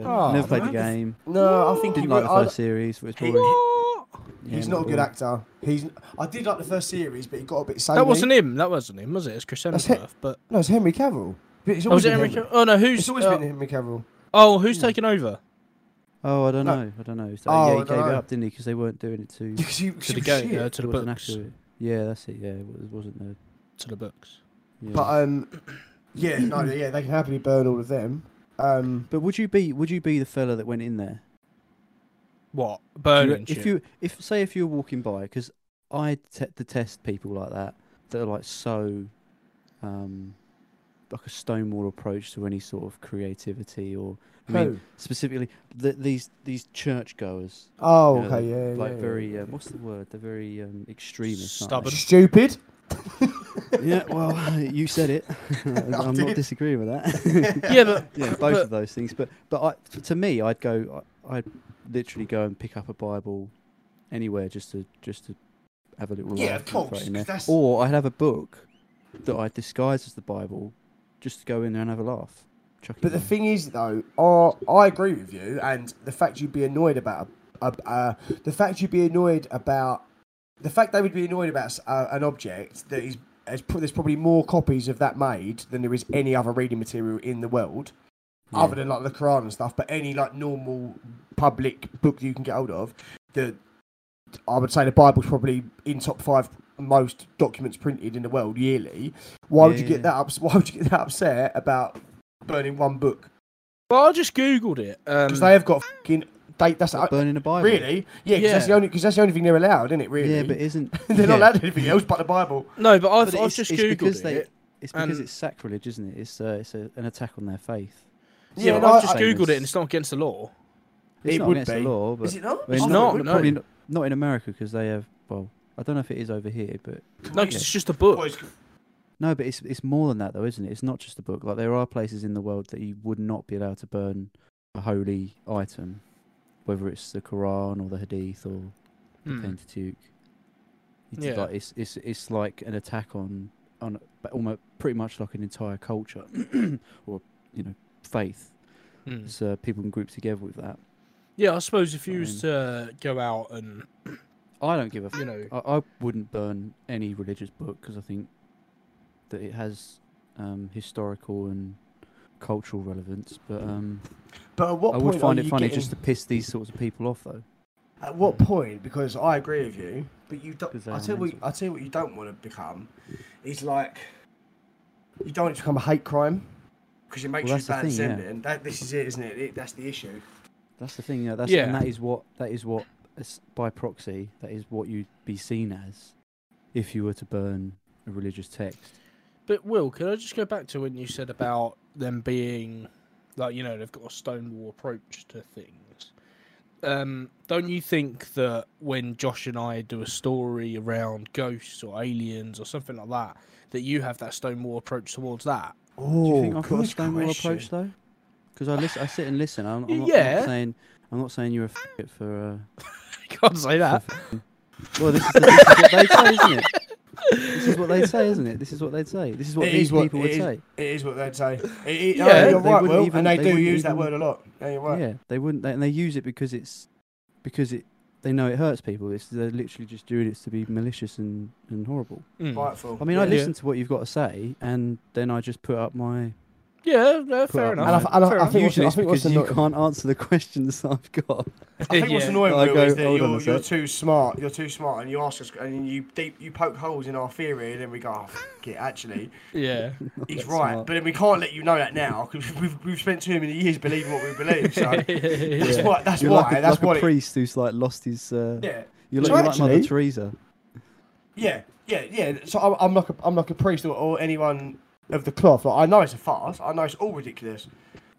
Speaker 2: Oh,
Speaker 3: enough. Never played the
Speaker 4: man, this-
Speaker 3: game.
Speaker 4: No, I think he
Speaker 3: Didn't
Speaker 4: would.
Speaker 3: like the
Speaker 4: I-
Speaker 3: first series. Which
Speaker 4: he-
Speaker 3: boring. Yeah,
Speaker 4: he's not a good
Speaker 3: boring.
Speaker 4: actor. He's. I did like the first series, but it got a bit. Samey.
Speaker 2: That wasn't him. That wasn't him, was it? It's Chris
Speaker 4: That's
Speaker 2: Hemsworth. But
Speaker 4: No, it's Henry Cavill. But It's
Speaker 2: oh, was
Speaker 4: always
Speaker 2: it
Speaker 4: been
Speaker 2: Henry? Cav- Oh no, who's?
Speaker 4: It's always
Speaker 2: uh,
Speaker 4: been Henry Cavill.
Speaker 2: oh, who's taking over?
Speaker 3: Oh, I don't
Speaker 4: No.
Speaker 3: know. I don't know. So,
Speaker 4: Oh,
Speaker 3: yeah,
Speaker 4: I
Speaker 3: he
Speaker 4: don't
Speaker 3: gave it
Speaker 4: know.
Speaker 3: up, didn't he? Because they weren't doing it too.
Speaker 4: Because you,
Speaker 2: To
Speaker 4: she
Speaker 2: the
Speaker 4: was
Speaker 2: game,
Speaker 4: shit.
Speaker 2: uh, to the
Speaker 3: it wasn't
Speaker 2: books.
Speaker 3: accurate. Yeah, that's it. Yeah, it wa- it wasn't the.
Speaker 2: To the books.
Speaker 3: Yeah.
Speaker 4: But um, yeah, no, yeah, they can happily burn all of them. Um,
Speaker 3: But would you be would you be the fella that went in there?
Speaker 2: What?
Speaker 3: Do you
Speaker 2: Burning.
Speaker 3: re- if you if say if you were walking by, because I te- detest people like that that are like so, um, like a stonewall approach to any sort of creativity or I mean
Speaker 4: who?
Speaker 3: specifically th- these these churchgoers
Speaker 4: Oh,
Speaker 3: you know,
Speaker 4: okay, yeah,
Speaker 3: like
Speaker 4: yeah, yeah,
Speaker 3: very
Speaker 4: yeah.
Speaker 3: uh, what's the word they're very um, extremist aren't
Speaker 2: Stubborn.
Speaker 4: stupid.
Speaker 3: they? yeah well you said it I'm
Speaker 4: did.
Speaker 3: not disagreeing with that
Speaker 2: yeah, but
Speaker 3: yeah, both of those things. But but I, f- to me, I'd go. I, I'd literally go and pick up a Bible anywhere just to just to have a little
Speaker 4: Yeah,
Speaker 3: laugh
Speaker 4: of
Speaker 3: and throw it
Speaker 4: course,
Speaker 3: in
Speaker 4: 'cause
Speaker 3: there.
Speaker 4: that's-
Speaker 3: Or I'd have a book that I disguise as the Bible, just to go in there and have a laugh. Chuck it
Speaker 4: But the
Speaker 3: in.
Speaker 4: thing is, though, I I agree with you, and the fact you'd be annoyed about uh, uh, the fact you'd be annoyed about the fact they would be annoyed about s- uh, an object that is, is pro- there's probably more copies of that made than there is any other reading material in the world,
Speaker 3: Yeah.
Speaker 4: other than like the Quran and stuff. But any like normal public book that you can get hold of, the I would say the Bible's probably in top five most documents printed in the world yearly. Why would you
Speaker 3: Yeah.
Speaker 4: get that ups- Why would you get that upset about burning one book?
Speaker 2: Well, I just googled it.
Speaker 4: because
Speaker 3: Mm.
Speaker 2: Um,
Speaker 4: they have got fucking they, that's
Speaker 3: Like burning a Bible.
Speaker 4: really yeah because that's the
Speaker 2: Yeah.
Speaker 4: only because that's the only thing they're allowed isn't it really
Speaker 3: Yeah, but isn't
Speaker 4: they're
Speaker 3: yeah,
Speaker 4: not allowed anything else but the Bible
Speaker 2: no, but I've,
Speaker 3: but
Speaker 2: I've
Speaker 3: it's-
Speaker 2: just
Speaker 3: it's
Speaker 2: googled
Speaker 3: because
Speaker 2: it.
Speaker 3: they- It's because
Speaker 2: and-
Speaker 3: it's sacrilege, isn't it? It's uh, it's a, an attack on their faith.
Speaker 2: yeah,
Speaker 4: Yeah,
Speaker 2: but
Speaker 4: no,
Speaker 2: I've just
Speaker 3: I-
Speaker 2: googled it, and it's not against the law.
Speaker 3: It's
Speaker 4: It
Speaker 3: not
Speaker 4: would
Speaker 3: against
Speaker 4: be.
Speaker 3: the law, but
Speaker 4: it
Speaker 3: I
Speaker 4: not
Speaker 3: mean,
Speaker 2: It's
Speaker 4: Oh,
Speaker 2: not,
Speaker 4: it would
Speaker 2: no.
Speaker 4: probably-
Speaker 3: probably not, not in America because they have. Well, I don't know if it is over here, but
Speaker 2: No, 'cause it's just a book.
Speaker 4: Well, it's-
Speaker 3: No, but it's it's more than that though, isn't it? It's not just a book. Like there are places in the world that you would not be allowed to burn a holy item, whether it's the Quran or the Hadith or the
Speaker 2: Hmm.
Speaker 3: Pentateuch. It's
Speaker 2: Yeah.
Speaker 3: like it's it's it's like an attack on on but almost pretty much like an entire culture or you know faith.
Speaker 2: Hmm.
Speaker 3: So people can group together with that.
Speaker 2: Yeah, I suppose if you
Speaker 3: I
Speaker 2: was to go out and
Speaker 3: I don't give a. F-
Speaker 2: you know,
Speaker 3: I, I wouldn't burn any religious book because I think that it has um, historical and cultural relevance, but. um
Speaker 4: but at Mm. what
Speaker 3: I
Speaker 4: point
Speaker 3: would
Speaker 4: are
Speaker 3: find it
Speaker 4: you
Speaker 3: funny
Speaker 4: getting-
Speaker 3: just to piss these sorts of people off, though.
Speaker 4: at what point because I agree with you but you don't
Speaker 3: 'Cause they
Speaker 4: I
Speaker 3: are
Speaker 4: tell you what,
Speaker 3: mental.
Speaker 4: I tell you what you don't want to become is like you don't want it to become a hate crime because it makes
Speaker 3: Well,
Speaker 4: you
Speaker 3: that's the
Speaker 4: bad
Speaker 3: thing, yeah.
Speaker 4: sending and that this is it isn't it, it that's the issue
Speaker 3: That's the thing. Yeah, that's,
Speaker 2: Yeah.
Speaker 3: And that is what that is what as- by proxy that is what you'd be seen as if you were to burn a religious text.
Speaker 2: But Will, could I just go back to when you said about them being like you know they've got a stonewall approach to things? Um, don't you think that when Josh and I do a story around ghosts or aliens or something like that, that you have that stonewall approach towards that?
Speaker 4: oh
Speaker 3: Do you think I've got a stonewall approach though? Because I listen, I sit and listen. I'm, I'm, not, I'm
Speaker 2: Yeah.
Speaker 3: not saying I'm not saying you're a f- for.
Speaker 2: Can't say
Speaker 3: Uh,
Speaker 2: that.
Speaker 3: for f- well, this is, the, this is what they say, isn't it? This is what they say, isn't it? This is what they'd say. This is what
Speaker 4: It
Speaker 3: these
Speaker 4: is what-
Speaker 3: people would
Speaker 4: it is-
Speaker 3: say.
Speaker 4: It is what they'd say. It, it,
Speaker 2: Yeah.
Speaker 4: yeah,
Speaker 2: They
Speaker 4: you're right,
Speaker 3: wouldn't
Speaker 4: Will,
Speaker 3: even-
Speaker 4: and they,
Speaker 3: they
Speaker 4: do
Speaker 3: wouldn't
Speaker 4: use that
Speaker 3: even-
Speaker 4: word a lot. Yeah, you're right.
Speaker 3: Yeah, they wouldn't, they, and they use it because it's because it they know it hurts people. It's they're literally just doing it to be malicious and, and horrible.
Speaker 2: Mm.
Speaker 4: Rightful.
Speaker 3: I mean, I
Speaker 2: Yeah.
Speaker 3: listen to what you've got to say, and then I just put up my.
Speaker 2: Yeah, no,
Speaker 3: Put
Speaker 2: fair
Speaker 3: up
Speaker 4: And I,
Speaker 2: enough.
Speaker 4: th- and I,
Speaker 2: Fair
Speaker 4: I
Speaker 2: enough.
Speaker 4: think what's,
Speaker 3: Usually
Speaker 4: I
Speaker 3: it's
Speaker 4: think what's
Speaker 3: because you
Speaker 4: annoying,
Speaker 3: can't answer the questions I've got.
Speaker 4: I think what's
Speaker 2: Yeah.
Speaker 4: annoying
Speaker 3: I
Speaker 4: Will,
Speaker 3: go,
Speaker 4: is that
Speaker 3: "Hold on
Speaker 4: you're,
Speaker 3: a
Speaker 4: you're
Speaker 3: sec."
Speaker 4: too smart. You're too smart, and you ask us, and you deep, you poke holes in our theory, and then we go, oh, fuck it, actually,
Speaker 2: Yeah.
Speaker 4: he's
Speaker 3: That's
Speaker 4: right.
Speaker 3: smart.
Speaker 4: But then we can't let you know that now because we've, we've spent too many years believing what we believe. So that's
Speaker 2: yeah.
Speaker 4: why. That's
Speaker 3: you're
Speaker 4: why.
Speaker 3: like a,
Speaker 4: that's
Speaker 3: like a
Speaker 4: what. it-
Speaker 3: priest who's like lost his. Uh,
Speaker 4: yeah.
Speaker 3: You're,
Speaker 4: So
Speaker 3: like, you're like Mother
Speaker 4: actually-
Speaker 3: Teresa.
Speaker 4: Yeah, yeah, yeah. So I'm, I'm like a, I'm like a priest or, or anyone of the cloth. Like I know it's a farce. I know it's all ridiculous.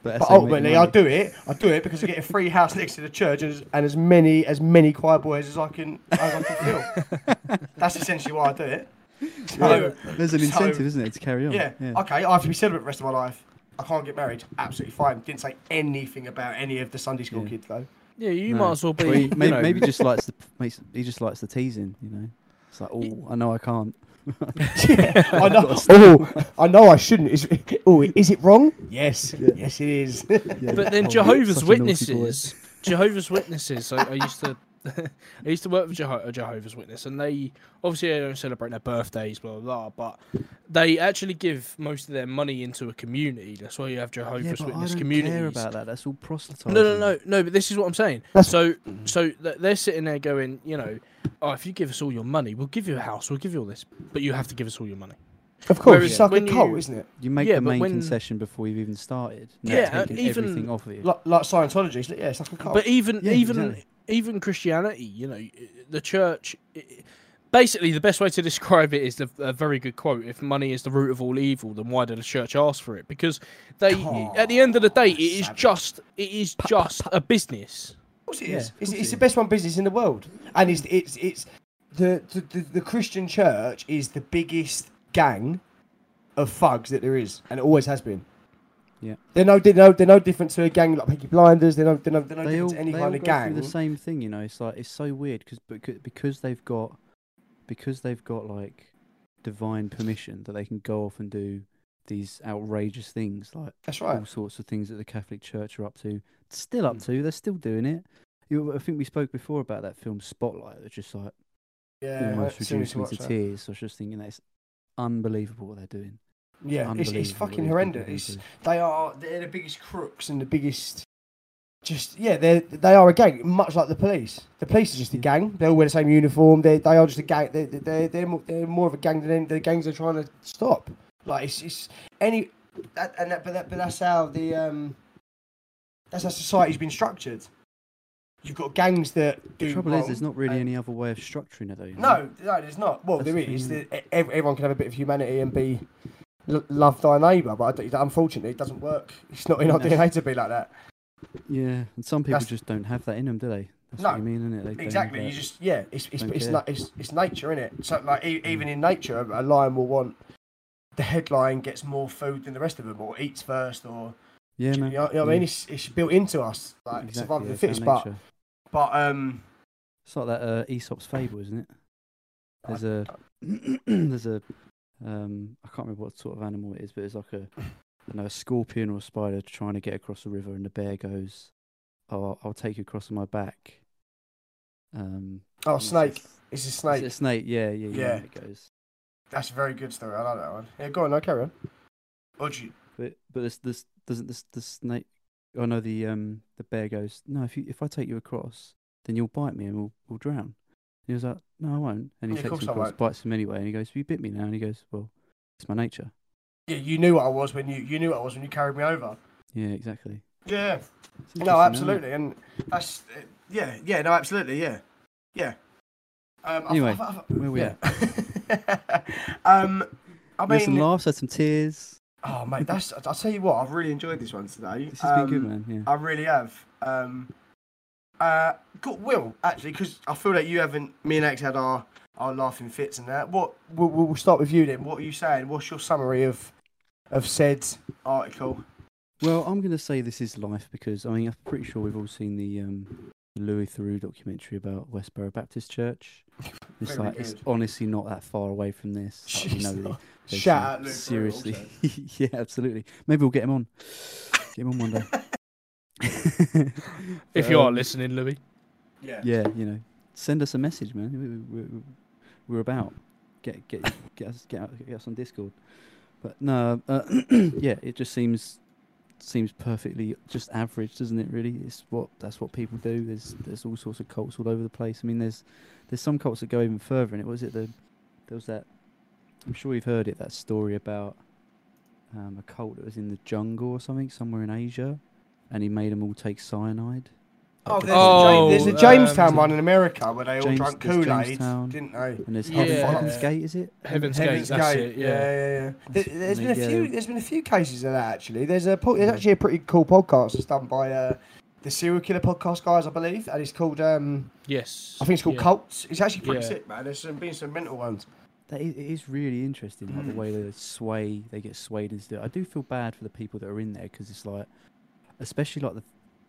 Speaker 3: But,
Speaker 4: But ultimately, I do it. I do it because I get a free house next to the church and as, and as many as many choir boys as I can as I can fill. That's essentially why I do it. So,
Speaker 3: There's an
Speaker 4: so-
Speaker 3: incentive, isn't it, to carry on?
Speaker 4: yeah, okay. I have to be celibate the rest of my life. I can't get married. Absolutely fine. Didn't say anything about any of the Sunday school
Speaker 3: Yeah.
Speaker 4: kids though.
Speaker 2: Yeah, you
Speaker 3: No.
Speaker 2: might as well be.
Speaker 3: Or he,
Speaker 2: you
Speaker 3: maybe,
Speaker 2: know,
Speaker 3: maybe just likes the makes, he just likes the teasing. You know, it's like, oh, I know I can't.
Speaker 4: I know.
Speaker 5: Oh, I know I shouldn't. Is, oh, is it wrong?
Speaker 4: Yes, yes, it is.
Speaker 2: But
Speaker 3: Oh,
Speaker 2: then Jehovah's Witnesses, Jehovah's Witnesses. So I used to, I used to work with Jeho- a Jehovah's Witness, and they obviously they don't celebrate their birthdays, blah blah blah. But they actually give most of their money into a community. That's why you have Jehovah's Witness communities.
Speaker 3: care about that. That's all proselytizing.
Speaker 2: No, no, no, no. But this is what I'm saying.
Speaker 5: That's-
Speaker 2: So, so th- they're sitting there going, you know, oh, if you give us all your money, we'll give you a house, we'll give you all this, but you have to give us all your money.
Speaker 5: Of course,
Speaker 2: Whereas
Speaker 5: it's like a
Speaker 2: when you-
Speaker 5: cult, isn't it?
Speaker 3: You make
Speaker 2: Yeah,
Speaker 3: the
Speaker 2: but
Speaker 3: main
Speaker 2: when-
Speaker 3: concession before you've even started. Now
Speaker 2: Yeah,
Speaker 3: taking
Speaker 2: even-
Speaker 3: everything off of you.
Speaker 4: Like, like Scientology, it's like- yeah, it's like a cult.
Speaker 2: But even,
Speaker 3: yeah,
Speaker 2: even,
Speaker 3: exactly.
Speaker 2: even Christianity, you know, the church. i- i- Basically, the best way to describe it is the, a very good quote: "If money is the root of all evil, then why did the church ask for it?" Because they, at the end of the day, it is
Speaker 4: savage.
Speaker 2: just, it is just a business.
Speaker 4: Of course it
Speaker 3: Yeah,
Speaker 4: is.
Speaker 3: of
Speaker 4: it's,
Speaker 3: course
Speaker 4: it's
Speaker 3: it
Speaker 4: the
Speaker 3: is.
Speaker 4: best one business in the world, and it's it's it's the the, the the Christian church is the biggest gang of thugs that there is, and it always has been.
Speaker 3: Yeah.
Speaker 4: they're no they're no, they're no different to a gang like Peaky Blinders. They're no they're no, they're no
Speaker 3: they
Speaker 4: different
Speaker 3: all,
Speaker 4: to any
Speaker 3: they
Speaker 4: kind
Speaker 3: all
Speaker 4: of
Speaker 3: go
Speaker 4: gang.
Speaker 3: through the same thing, you know. It's like it's so weird because because they've got because they've got like divine permission that they can go off and do these outrageous things, like
Speaker 4: That's right. Hmm.
Speaker 3: all sorts of things that the Catholic Church are up to, still up to. They're still doing it. You, I think we spoke before about that film Spotlight. That's just like
Speaker 4: Yeah,
Speaker 3: almost
Speaker 4: as soon
Speaker 3: reduced
Speaker 4: as you
Speaker 3: me
Speaker 4: watch
Speaker 3: to
Speaker 4: that.
Speaker 3: tears. I was just thinking that's unbelievable what they're doing.
Speaker 4: yeah, it's, it's
Speaker 3: Unbelievable what
Speaker 4: fucking
Speaker 3: these people
Speaker 4: horrendous.
Speaker 3: can
Speaker 4: It's-
Speaker 3: do.
Speaker 4: they are they're the biggest crooks and the biggest just yeah they they are a gang much like the police the police are just a gang they all wear the same uniform they they are just a gang they they they're more, they're more of a gang than any- the gangs they're trying to stop like it's, it's any that, and that, but that but that's how the um that's how society's been structured you've got gangs that do
Speaker 3: The trouble is, there's
Speaker 4: wrong.
Speaker 3: not really
Speaker 4: and-
Speaker 3: any other way of structuring it, though. you know?
Speaker 4: no no there's not well
Speaker 3: That's
Speaker 4: there
Speaker 3: the
Speaker 4: is
Speaker 3: thing.
Speaker 4: that ev- everyone can have a bit of humanity and be lo- love thy neighbor but I don't- unfortunately it doesn't work it's not in our
Speaker 3: No.
Speaker 4: dna to be like that
Speaker 3: Yeah, and some people
Speaker 4: That's-
Speaker 3: just don't have that in them, do they? That's
Speaker 4: No,
Speaker 3: what you mean, isn't it? They don't have
Speaker 4: Exactly. You
Speaker 3: that.
Speaker 4: just yeah. It's it's
Speaker 3: Don't
Speaker 4: it's,
Speaker 3: care.
Speaker 4: na- it's it's nature, is it? So like e- even in nature, a a lion will want the headline gets more food than the rest of them, or eats first, or
Speaker 3: yeah,
Speaker 4: do you
Speaker 3: man.
Speaker 4: know, you know what I
Speaker 3: yeah,
Speaker 4: mean? It's it's built into us, like
Speaker 3: exactly,
Speaker 4: survival of
Speaker 3: yeah,
Speaker 4: the
Speaker 3: it's our
Speaker 4: fittest. But
Speaker 3: nature.
Speaker 4: but um,
Speaker 3: it's like that uh, Aesop's fable, isn't it?
Speaker 4: I-
Speaker 3: There's a there's a um I can't remember what sort of animal it is, but it's like a I know a scorpion or a spider trying to get across a river, and the bear goes, "Oh, I'll take you across on my back." Um,
Speaker 4: oh
Speaker 3: and it
Speaker 4: snake,
Speaker 3: says-
Speaker 4: it's
Speaker 3: is
Speaker 4: a
Speaker 3: it
Speaker 4: snake.
Speaker 3: a snake. Yeah, yeah, yeah.
Speaker 4: Yeah.
Speaker 3: and It goes.
Speaker 4: That's a very good story. I like that one. Yeah, go on. No, carry on. Or do you,
Speaker 3: But but this this doesn't this the snake? Oh no, the um the bear goes. No, if you if I take you across, then you'll bite me and we'll we'll drown. And he was like, no, I won't. And he
Speaker 4: Yeah, of
Speaker 3: takes
Speaker 4: course
Speaker 3: him
Speaker 4: I
Speaker 3: across,
Speaker 4: won't.
Speaker 3: bites him anyway, and he goes, you bit me now. And he goes, well, it's my nature.
Speaker 4: yeah, you knew what I was when you you knew what I was when you carried me over.
Speaker 3: Yeah, exactly.
Speaker 4: Yeah.
Speaker 3: It's interesting, isn't
Speaker 4: No,
Speaker 3: it?
Speaker 4: absolutely, and that's uh, yeah, yeah. No, absolutely, yeah, yeah. Um, I've-
Speaker 3: Anyway,
Speaker 4: I've- I've-
Speaker 3: Where we
Speaker 4: yeah.
Speaker 3: at?
Speaker 4: um, I
Speaker 3: We had some
Speaker 4: mean,
Speaker 3: laughs, had some tears.
Speaker 4: oh mate, that's. I'll tell you what, I've really enjoyed this one today.
Speaker 3: This has been good,
Speaker 4: Um,
Speaker 3: man. Yeah.
Speaker 4: I really have. Um, uh, got Will actually, because I feel like you haven't. Me and X had our our laughing fits and that. What we'll, we'll start with you then. What are you saying? What's your summary of of said article?
Speaker 3: Well, I'm going to say this is life because I mean I'm pretty sure we've all seen the um, Louis Theroux documentary about Westboro Baptist Church. It's
Speaker 4: Very
Speaker 3: like it's
Speaker 4: good.
Speaker 3: honestly not that far away from this. Like, you
Speaker 4: Jeez,
Speaker 3: know,
Speaker 4: no.
Speaker 3: they- they
Speaker 4: Shout
Speaker 3: say-
Speaker 4: out Luke Brewer
Speaker 3: seriously. yeah, absolutely. Maybe we'll get him on. Get him on one day.
Speaker 2: If
Speaker 3: But,
Speaker 2: you are
Speaker 3: um,
Speaker 2: listening, Louis.
Speaker 4: Yeah.
Speaker 3: yeah, you know, send us a message, man. We, we, we, we're about get get get us get, out, get us on Discord. But no, uh, yeah, it just seems seems perfectly just average, doesn't it? Really, it's what that's what people do. There's there's all sorts of cults all over the place. I mean, there's there's some cults that go even further. And it was it the there was that I'm sure you've heard it that story about um, a cult that was in the jungle or something somewhere in Asia, and he made them all take cyanide.
Speaker 4: Oh, there's,
Speaker 2: Oh,
Speaker 4: a, James, there's a
Speaker 2: um,
Speaker 4: Jamestown one in America where they all
Speaker 3: James-
Speaker 4: drank
Speaker 3: there's
Speaker 4: Kool Aid,
Speaker 3: Jamestown.
Speaker 4: didn't they?
Speaker 3: And there's
Speaker 2: Yeah.
Speaker 3: Heaven's Gate, is it?
Speaker 2: Heaven's,
Speaker 4: Heaven's
Speaker 2: Gate. That's
Speaker 4: Gate,
Speaker 2: it.
Speaker 4: yeah,
Speaker 2: yeah.
Speaker 4: yeah, yeah.
Speaker 3: That's
Speaker 4: There, has
Speaker 3: funny,
Speaker 4: been a
Speaker 3: yeah.
Speaker 4: few. There's been a few cases of that actually. There's a. po- There's
Speaker 3: Yeah.
Speaker 4: actually a pretty cool podcast that's done by uh, the serial killer podcast guys, I believe, and it's called. Um,
Speaker 2: Yes.
Speaker 4: I think it's called
Speaker 2: yeah.
Speaker 4: Cults. It's actually pretty
Speaker 2: Yeah.
Speaker 4: sick, man. There's some, been some mental ones.
Speaker 3: That is, it is really interesting, like the
Speaker 4: Mm.
Speaker 3: way they sway, they get swayed into it. I do feel bad for the people that are in there because it's like, especially like the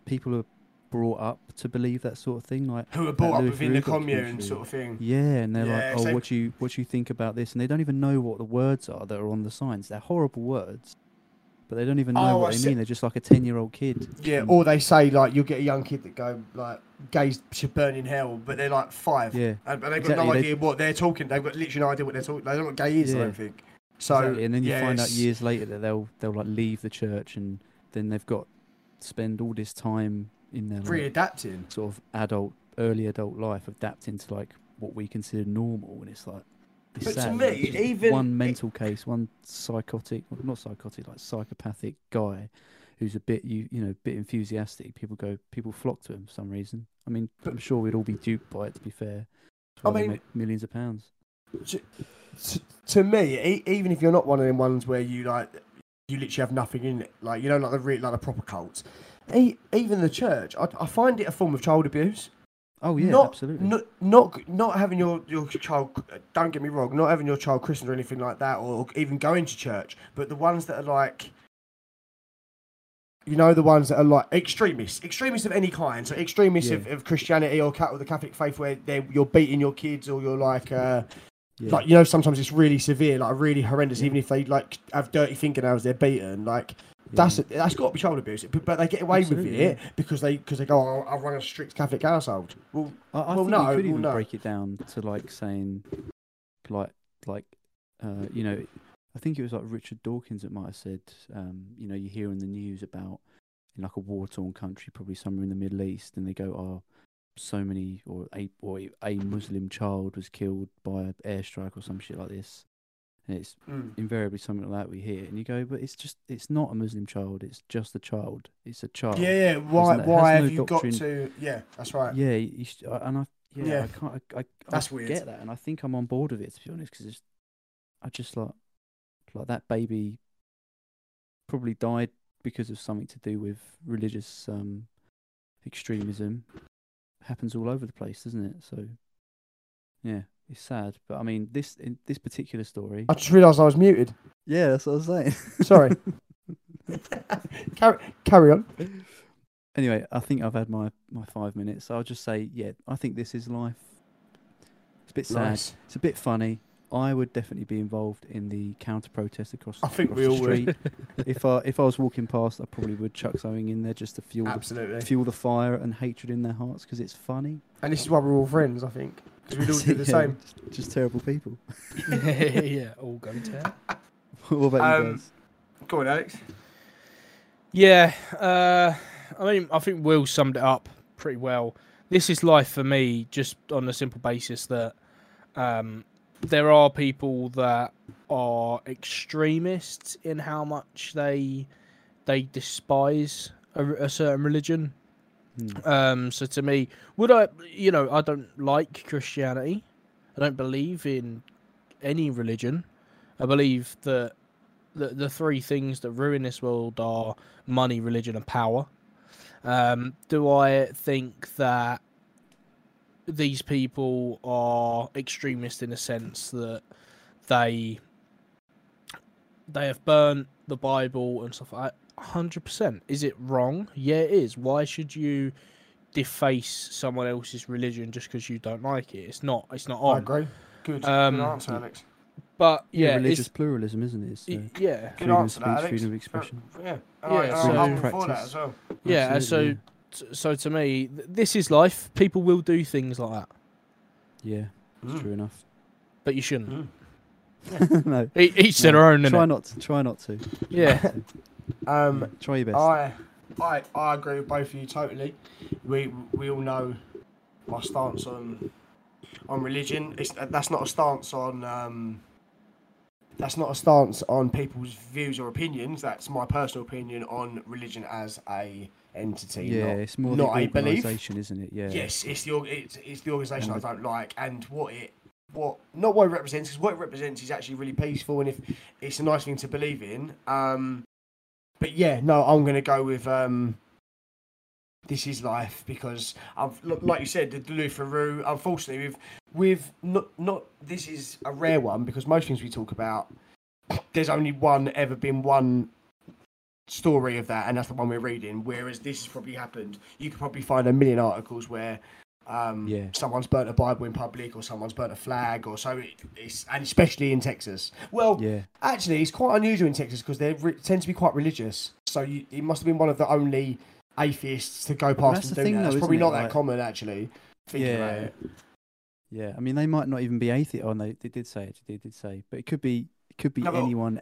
Speaker 3: people who are brought up to believe that sort of thing. Like,
Speaker 4: Who were
Speaker 3: that
Speaker 4: brought up
Speaker 3: Louis
Speaker 4: within the
Speaker 3: Varoufakis
Speaker 4: commune,
Speaker 3: documentary.
Speaker 4: sort of thing.
Speaker 3: Yeah, and they're
Speaker 4: Yeah,
Speaker 3: like, "Oh,
Speaker 4: so-
Speaker 3: what do you what do you think about this?" And they don't even know what the words are that are on the signs. They're horrible words, but they don't even know
Speaker 4: Oh, I
Speaker 3: what they
Speaker 4: see.
Speaker 3: mean. They're just like a ten year old kid.
Speaker 4: Yeah,
Speaker 3: And-
Speaker 4: or they say like you'll get a young kid that go like gays should burn in hell, but they're like five,
Speaker 3: yeah,
Speaker 4: and, and they've got no
Speaker 3: Exactly, they-
Speaker 4: idea what they're talking. They've got literally no idea what they're talking. They don't know what gay is. I
Speaker 3: Yeah.
Speaker 4: don't think. So
Speaker 3: exactly. and then you
Speaker 4: yeah,
Speaker 3: find out
Speaker 4: it's-
Speaker 3: years later that they'll they'll like leave the church, and then they've got spend all this time in their like,
Speaker 4: readapting.
Speaker 3: sort of adult, early adult life, adapt into like what we consider normal, and it's like. It's
Speaker 4: But to
Speaker 3: sad, like,
Speaker 4: me,
Speaker 3: just
Speaker 4: even it-
Speaker 3: one mental case, one psychotic, well, not psychotic, like psychopathic guy, who's a bit you you know bit enthusiastic. People go, people flock to him for some reason. I mean,
Speaker 4: But-
Speaker 3: I'm sure we'd all be duped by it. To be fair, That's
Speaker 4: I
Speaker 3: why they
Speaker 4: mean-
Speaker 3: make millions of pounds.
Speaker 4: to, to me, e- even if you're not one of them ones where you like, you literally have nothing in it, like you know, like the re- like the proper cults, e- even the church, I, I find it a form of child abuse.
Speaker 3: Oh yeah,
Speaker 4: not,
Speaker 3: absolutely.
Speaker 4: Not not not having your your child. Don't get me wrong, not having your child christened or anything like that, or even going to church. But the ones that are like. You know the ones that are like extremists, extremists of any kind. So extremists
Speaker 3: Yeah.
Speaker 4: of, of Christianity or Cat- or the Catholic faith, where they you're beating your kids or you're like uh,
Speaker 3: yeah.
Speaker 4: like you know sometimes it's really severe like really horrendous even if they like have dirty fingernails they're beaten like that's
Speaker 3: yeah.
Speaker 4: that's got to be child abuse but, but they get away with
Speaker 3: Absolutely,
Speaker 4: it because they because they go oh, i run a strict catholic household well
Speaker 3: I, I
Speaker 4: well,
Speaker 3: think
Speaker 4: no,
Speaker 3: you could
Speaker 4: well,
Speaker 3: even
Speaker 4: no.
Speaker 3: break it down to like saying, like like, uh, you know, I think it was like Richard Dawkins that might have said, um, you know, you hear in the news about in like a war torn country, probably somewhere in the Middle East, and they go, oh, so many or a or a Muslim child was killed by an airstrike or some shit like this, and it's
Speaker 4: mm,
Speaker 3: invariably something like that we hear, and you go, but it's just it's not a Muslim child, it's just a child, it's a child.
Speaker 4: yeah yeah why
Speaker 3: that-
Speaker 4: why
Speaker 3: has
Speaker 4: have
Speaker 3: no
Speaker 4: you
Speaker 3: doctrine-
Speaker 4: got to yeah that's right
Speaker 3: Yeah, you sh- I- and I yeah,
Speaker 4: Yeah.
Speaker 3: I can't I, I,
Speaker 4: That's
Speaker 3: I
Speaker 4: weird.
Speaker 3: get that, and I think I'm on board with it to be honest, because I just like like that baby probably died because of something to do with religious um extremism. Happens all over the place, doesn't it? So yeah, it's sad, but I mean this in this particular story.
Speaker 4: i just realized i was muted
Speaker 3: Yeah, that's what I was saying.
Speaker 4: Sorry. carry, carry on
Speaker 3: anyway, I think I've had my my five minutes. So I'll just say, yeah, I think this is life. It's a bit sad.
Speaker 4: nice
Speaker 3: It's a bit funny. I would definitely be involved in the counter protest across.
Speaker 4: I think
Speaker 3: across
Speaker 4: we
Speaker 3: the
Speaker 4: all would.
Speaker 3: street. if I if I was walking past, I probably would chuck something in there just to fuel the,
Speaker 4: absolutely
Speaker 3: fuel the fire and hatred in their hearts because it's funny.
Speaker 4: and this is why we're all friends i think because we'd all do the
Speaker 3: Yeah,
Speaker 4: same
Speaker 3: Just, just terrible people.
Speaker 2: yeah, all go down.
Speaker 3: what about you
Speaker 4: Um,
Speaker 3: guys?
Speaker 4: go on alex
Speaker 2: Yeah, uh, I mean, I think Will summed it up pretty well. This is life for me, just on the simple basis that um, there are people that are extremists in how much they they despise a, a certain religion.
Speaker 3: Hmm.
Speaker 2: Um, so to me, would I, you know, I don't like Christianity. I don't believe in any religion. I believe that the, the three things that ruin this world are money, religion, and power. Um, do I think that these people are extremists in a sense that they they have burnt the Bible and stuff like that? 100%. Is it wrong? Yeah, it is. Why should you deface someone else's religion just because you don't like it? It's not. It's not
Speaker 4: i
Speaker 2: on.
Speaker 4: agree good,
Speaker 2: Um,
Speaker 4: good answer alex
Speaker 2: But yeah, it's-
Speaker 3: religious pluralism, isn't it? It's, uh,
Speaker 2: y- yeah,
Speaker 4: good
Speaker 3: freedom of
Speaker 4: answer
Speaker 3: speech,
Speaker 4: that, Alex.
Speaker 3: freedom of expression.
Speaker 4: yeah, and I,
Speaker 2: Yeah,
Speaker 4: and
Speaker 2: so-
Speaker 4: I'm all for that
Speaker 3: Practice.
Speaker 4: as well
Speaker 2: yeah. So
Speaker 3: Absolutely,
Speaker 2: t- so to me, th- this is life. People will do things like that,
Speaker 3: yeah, Yeah,
Speaker 4: Mm.
Speaker 3: true enough.
Speaker 2: but you shouldn't.
Speaker 4: Mm.
Speaker 3: no,
Speaker 2: E- each to
Speaker 3: No,
Speaker 2: their own,
Speaker 3: try
Speaker 2: innit?
Speaker 3: not to. Try not to.
Speaker 2: Yeah,
Speaker 4: Um,
Speaker 3: try your best.
Speaker 4: I, I, I agree with both of you totally. We we all know my stance on on religion. It's that's not a stance on um, that's not a stance on people's views or opinions. That's my personal opinion on religion as a entity.
Speaker 3: yeah,
Speaker 4: not-
Speaker 3: it's more
Speaker 4: not a
Speaker 3: the
Speaker 4: belief.
Speaker 3: organisation, isn't it? Yeah.
Speaker 4: Yes, it's the org- it's, it's the organisation I
Speaker 3: And
Speaker 4: don't like, and what it what not what it represents because what it represents is actually really peaceful, and if it's a nice thing to believe in. Um, but yeah, no, I'm gonna go with um, this is life because I've li- like you said, the Duluth Roo. Unfortunately, with with not not this is a rare one because most things we talk about, there's only one ever been one story of that, and that's the one we're reading. Whereas this has probably happened. You could probably find a million articles where um,
Speaker 3: Yeah.
Speaker 4: someone's burnt a Bible in public, or someone's burnt a flag, or so. It, it's and especially in Texas. Well,
Speaker 3: Yeah.
Speaker 4: Actually, it's quite unusual in Texas because they re- tend to be quite religious. So you, it must have been one of the only atheists to go past
Speaker 3: that's
Speaker 4: and
Speaker 3: the
Speaker 4: do
Speaker 3: thing
Speaker 4: that.
Speaker 3: though,
Speaker 4: it's
Speaker 3: isn't
Speaker 4: probably
Speaker 3: it?
Speaker 4: not that
Speaker 3: Like-
Speaker 4: common, actually. Thinking about
Speaker 3: Yeah.
Speaker 4: it.
Speaker 3: Yeah, I mean, they might not even be atheist. Oh, no, they did say it. They did say, but it could be, it could be
Speaker 4: No, but-
Speaker 3: anyone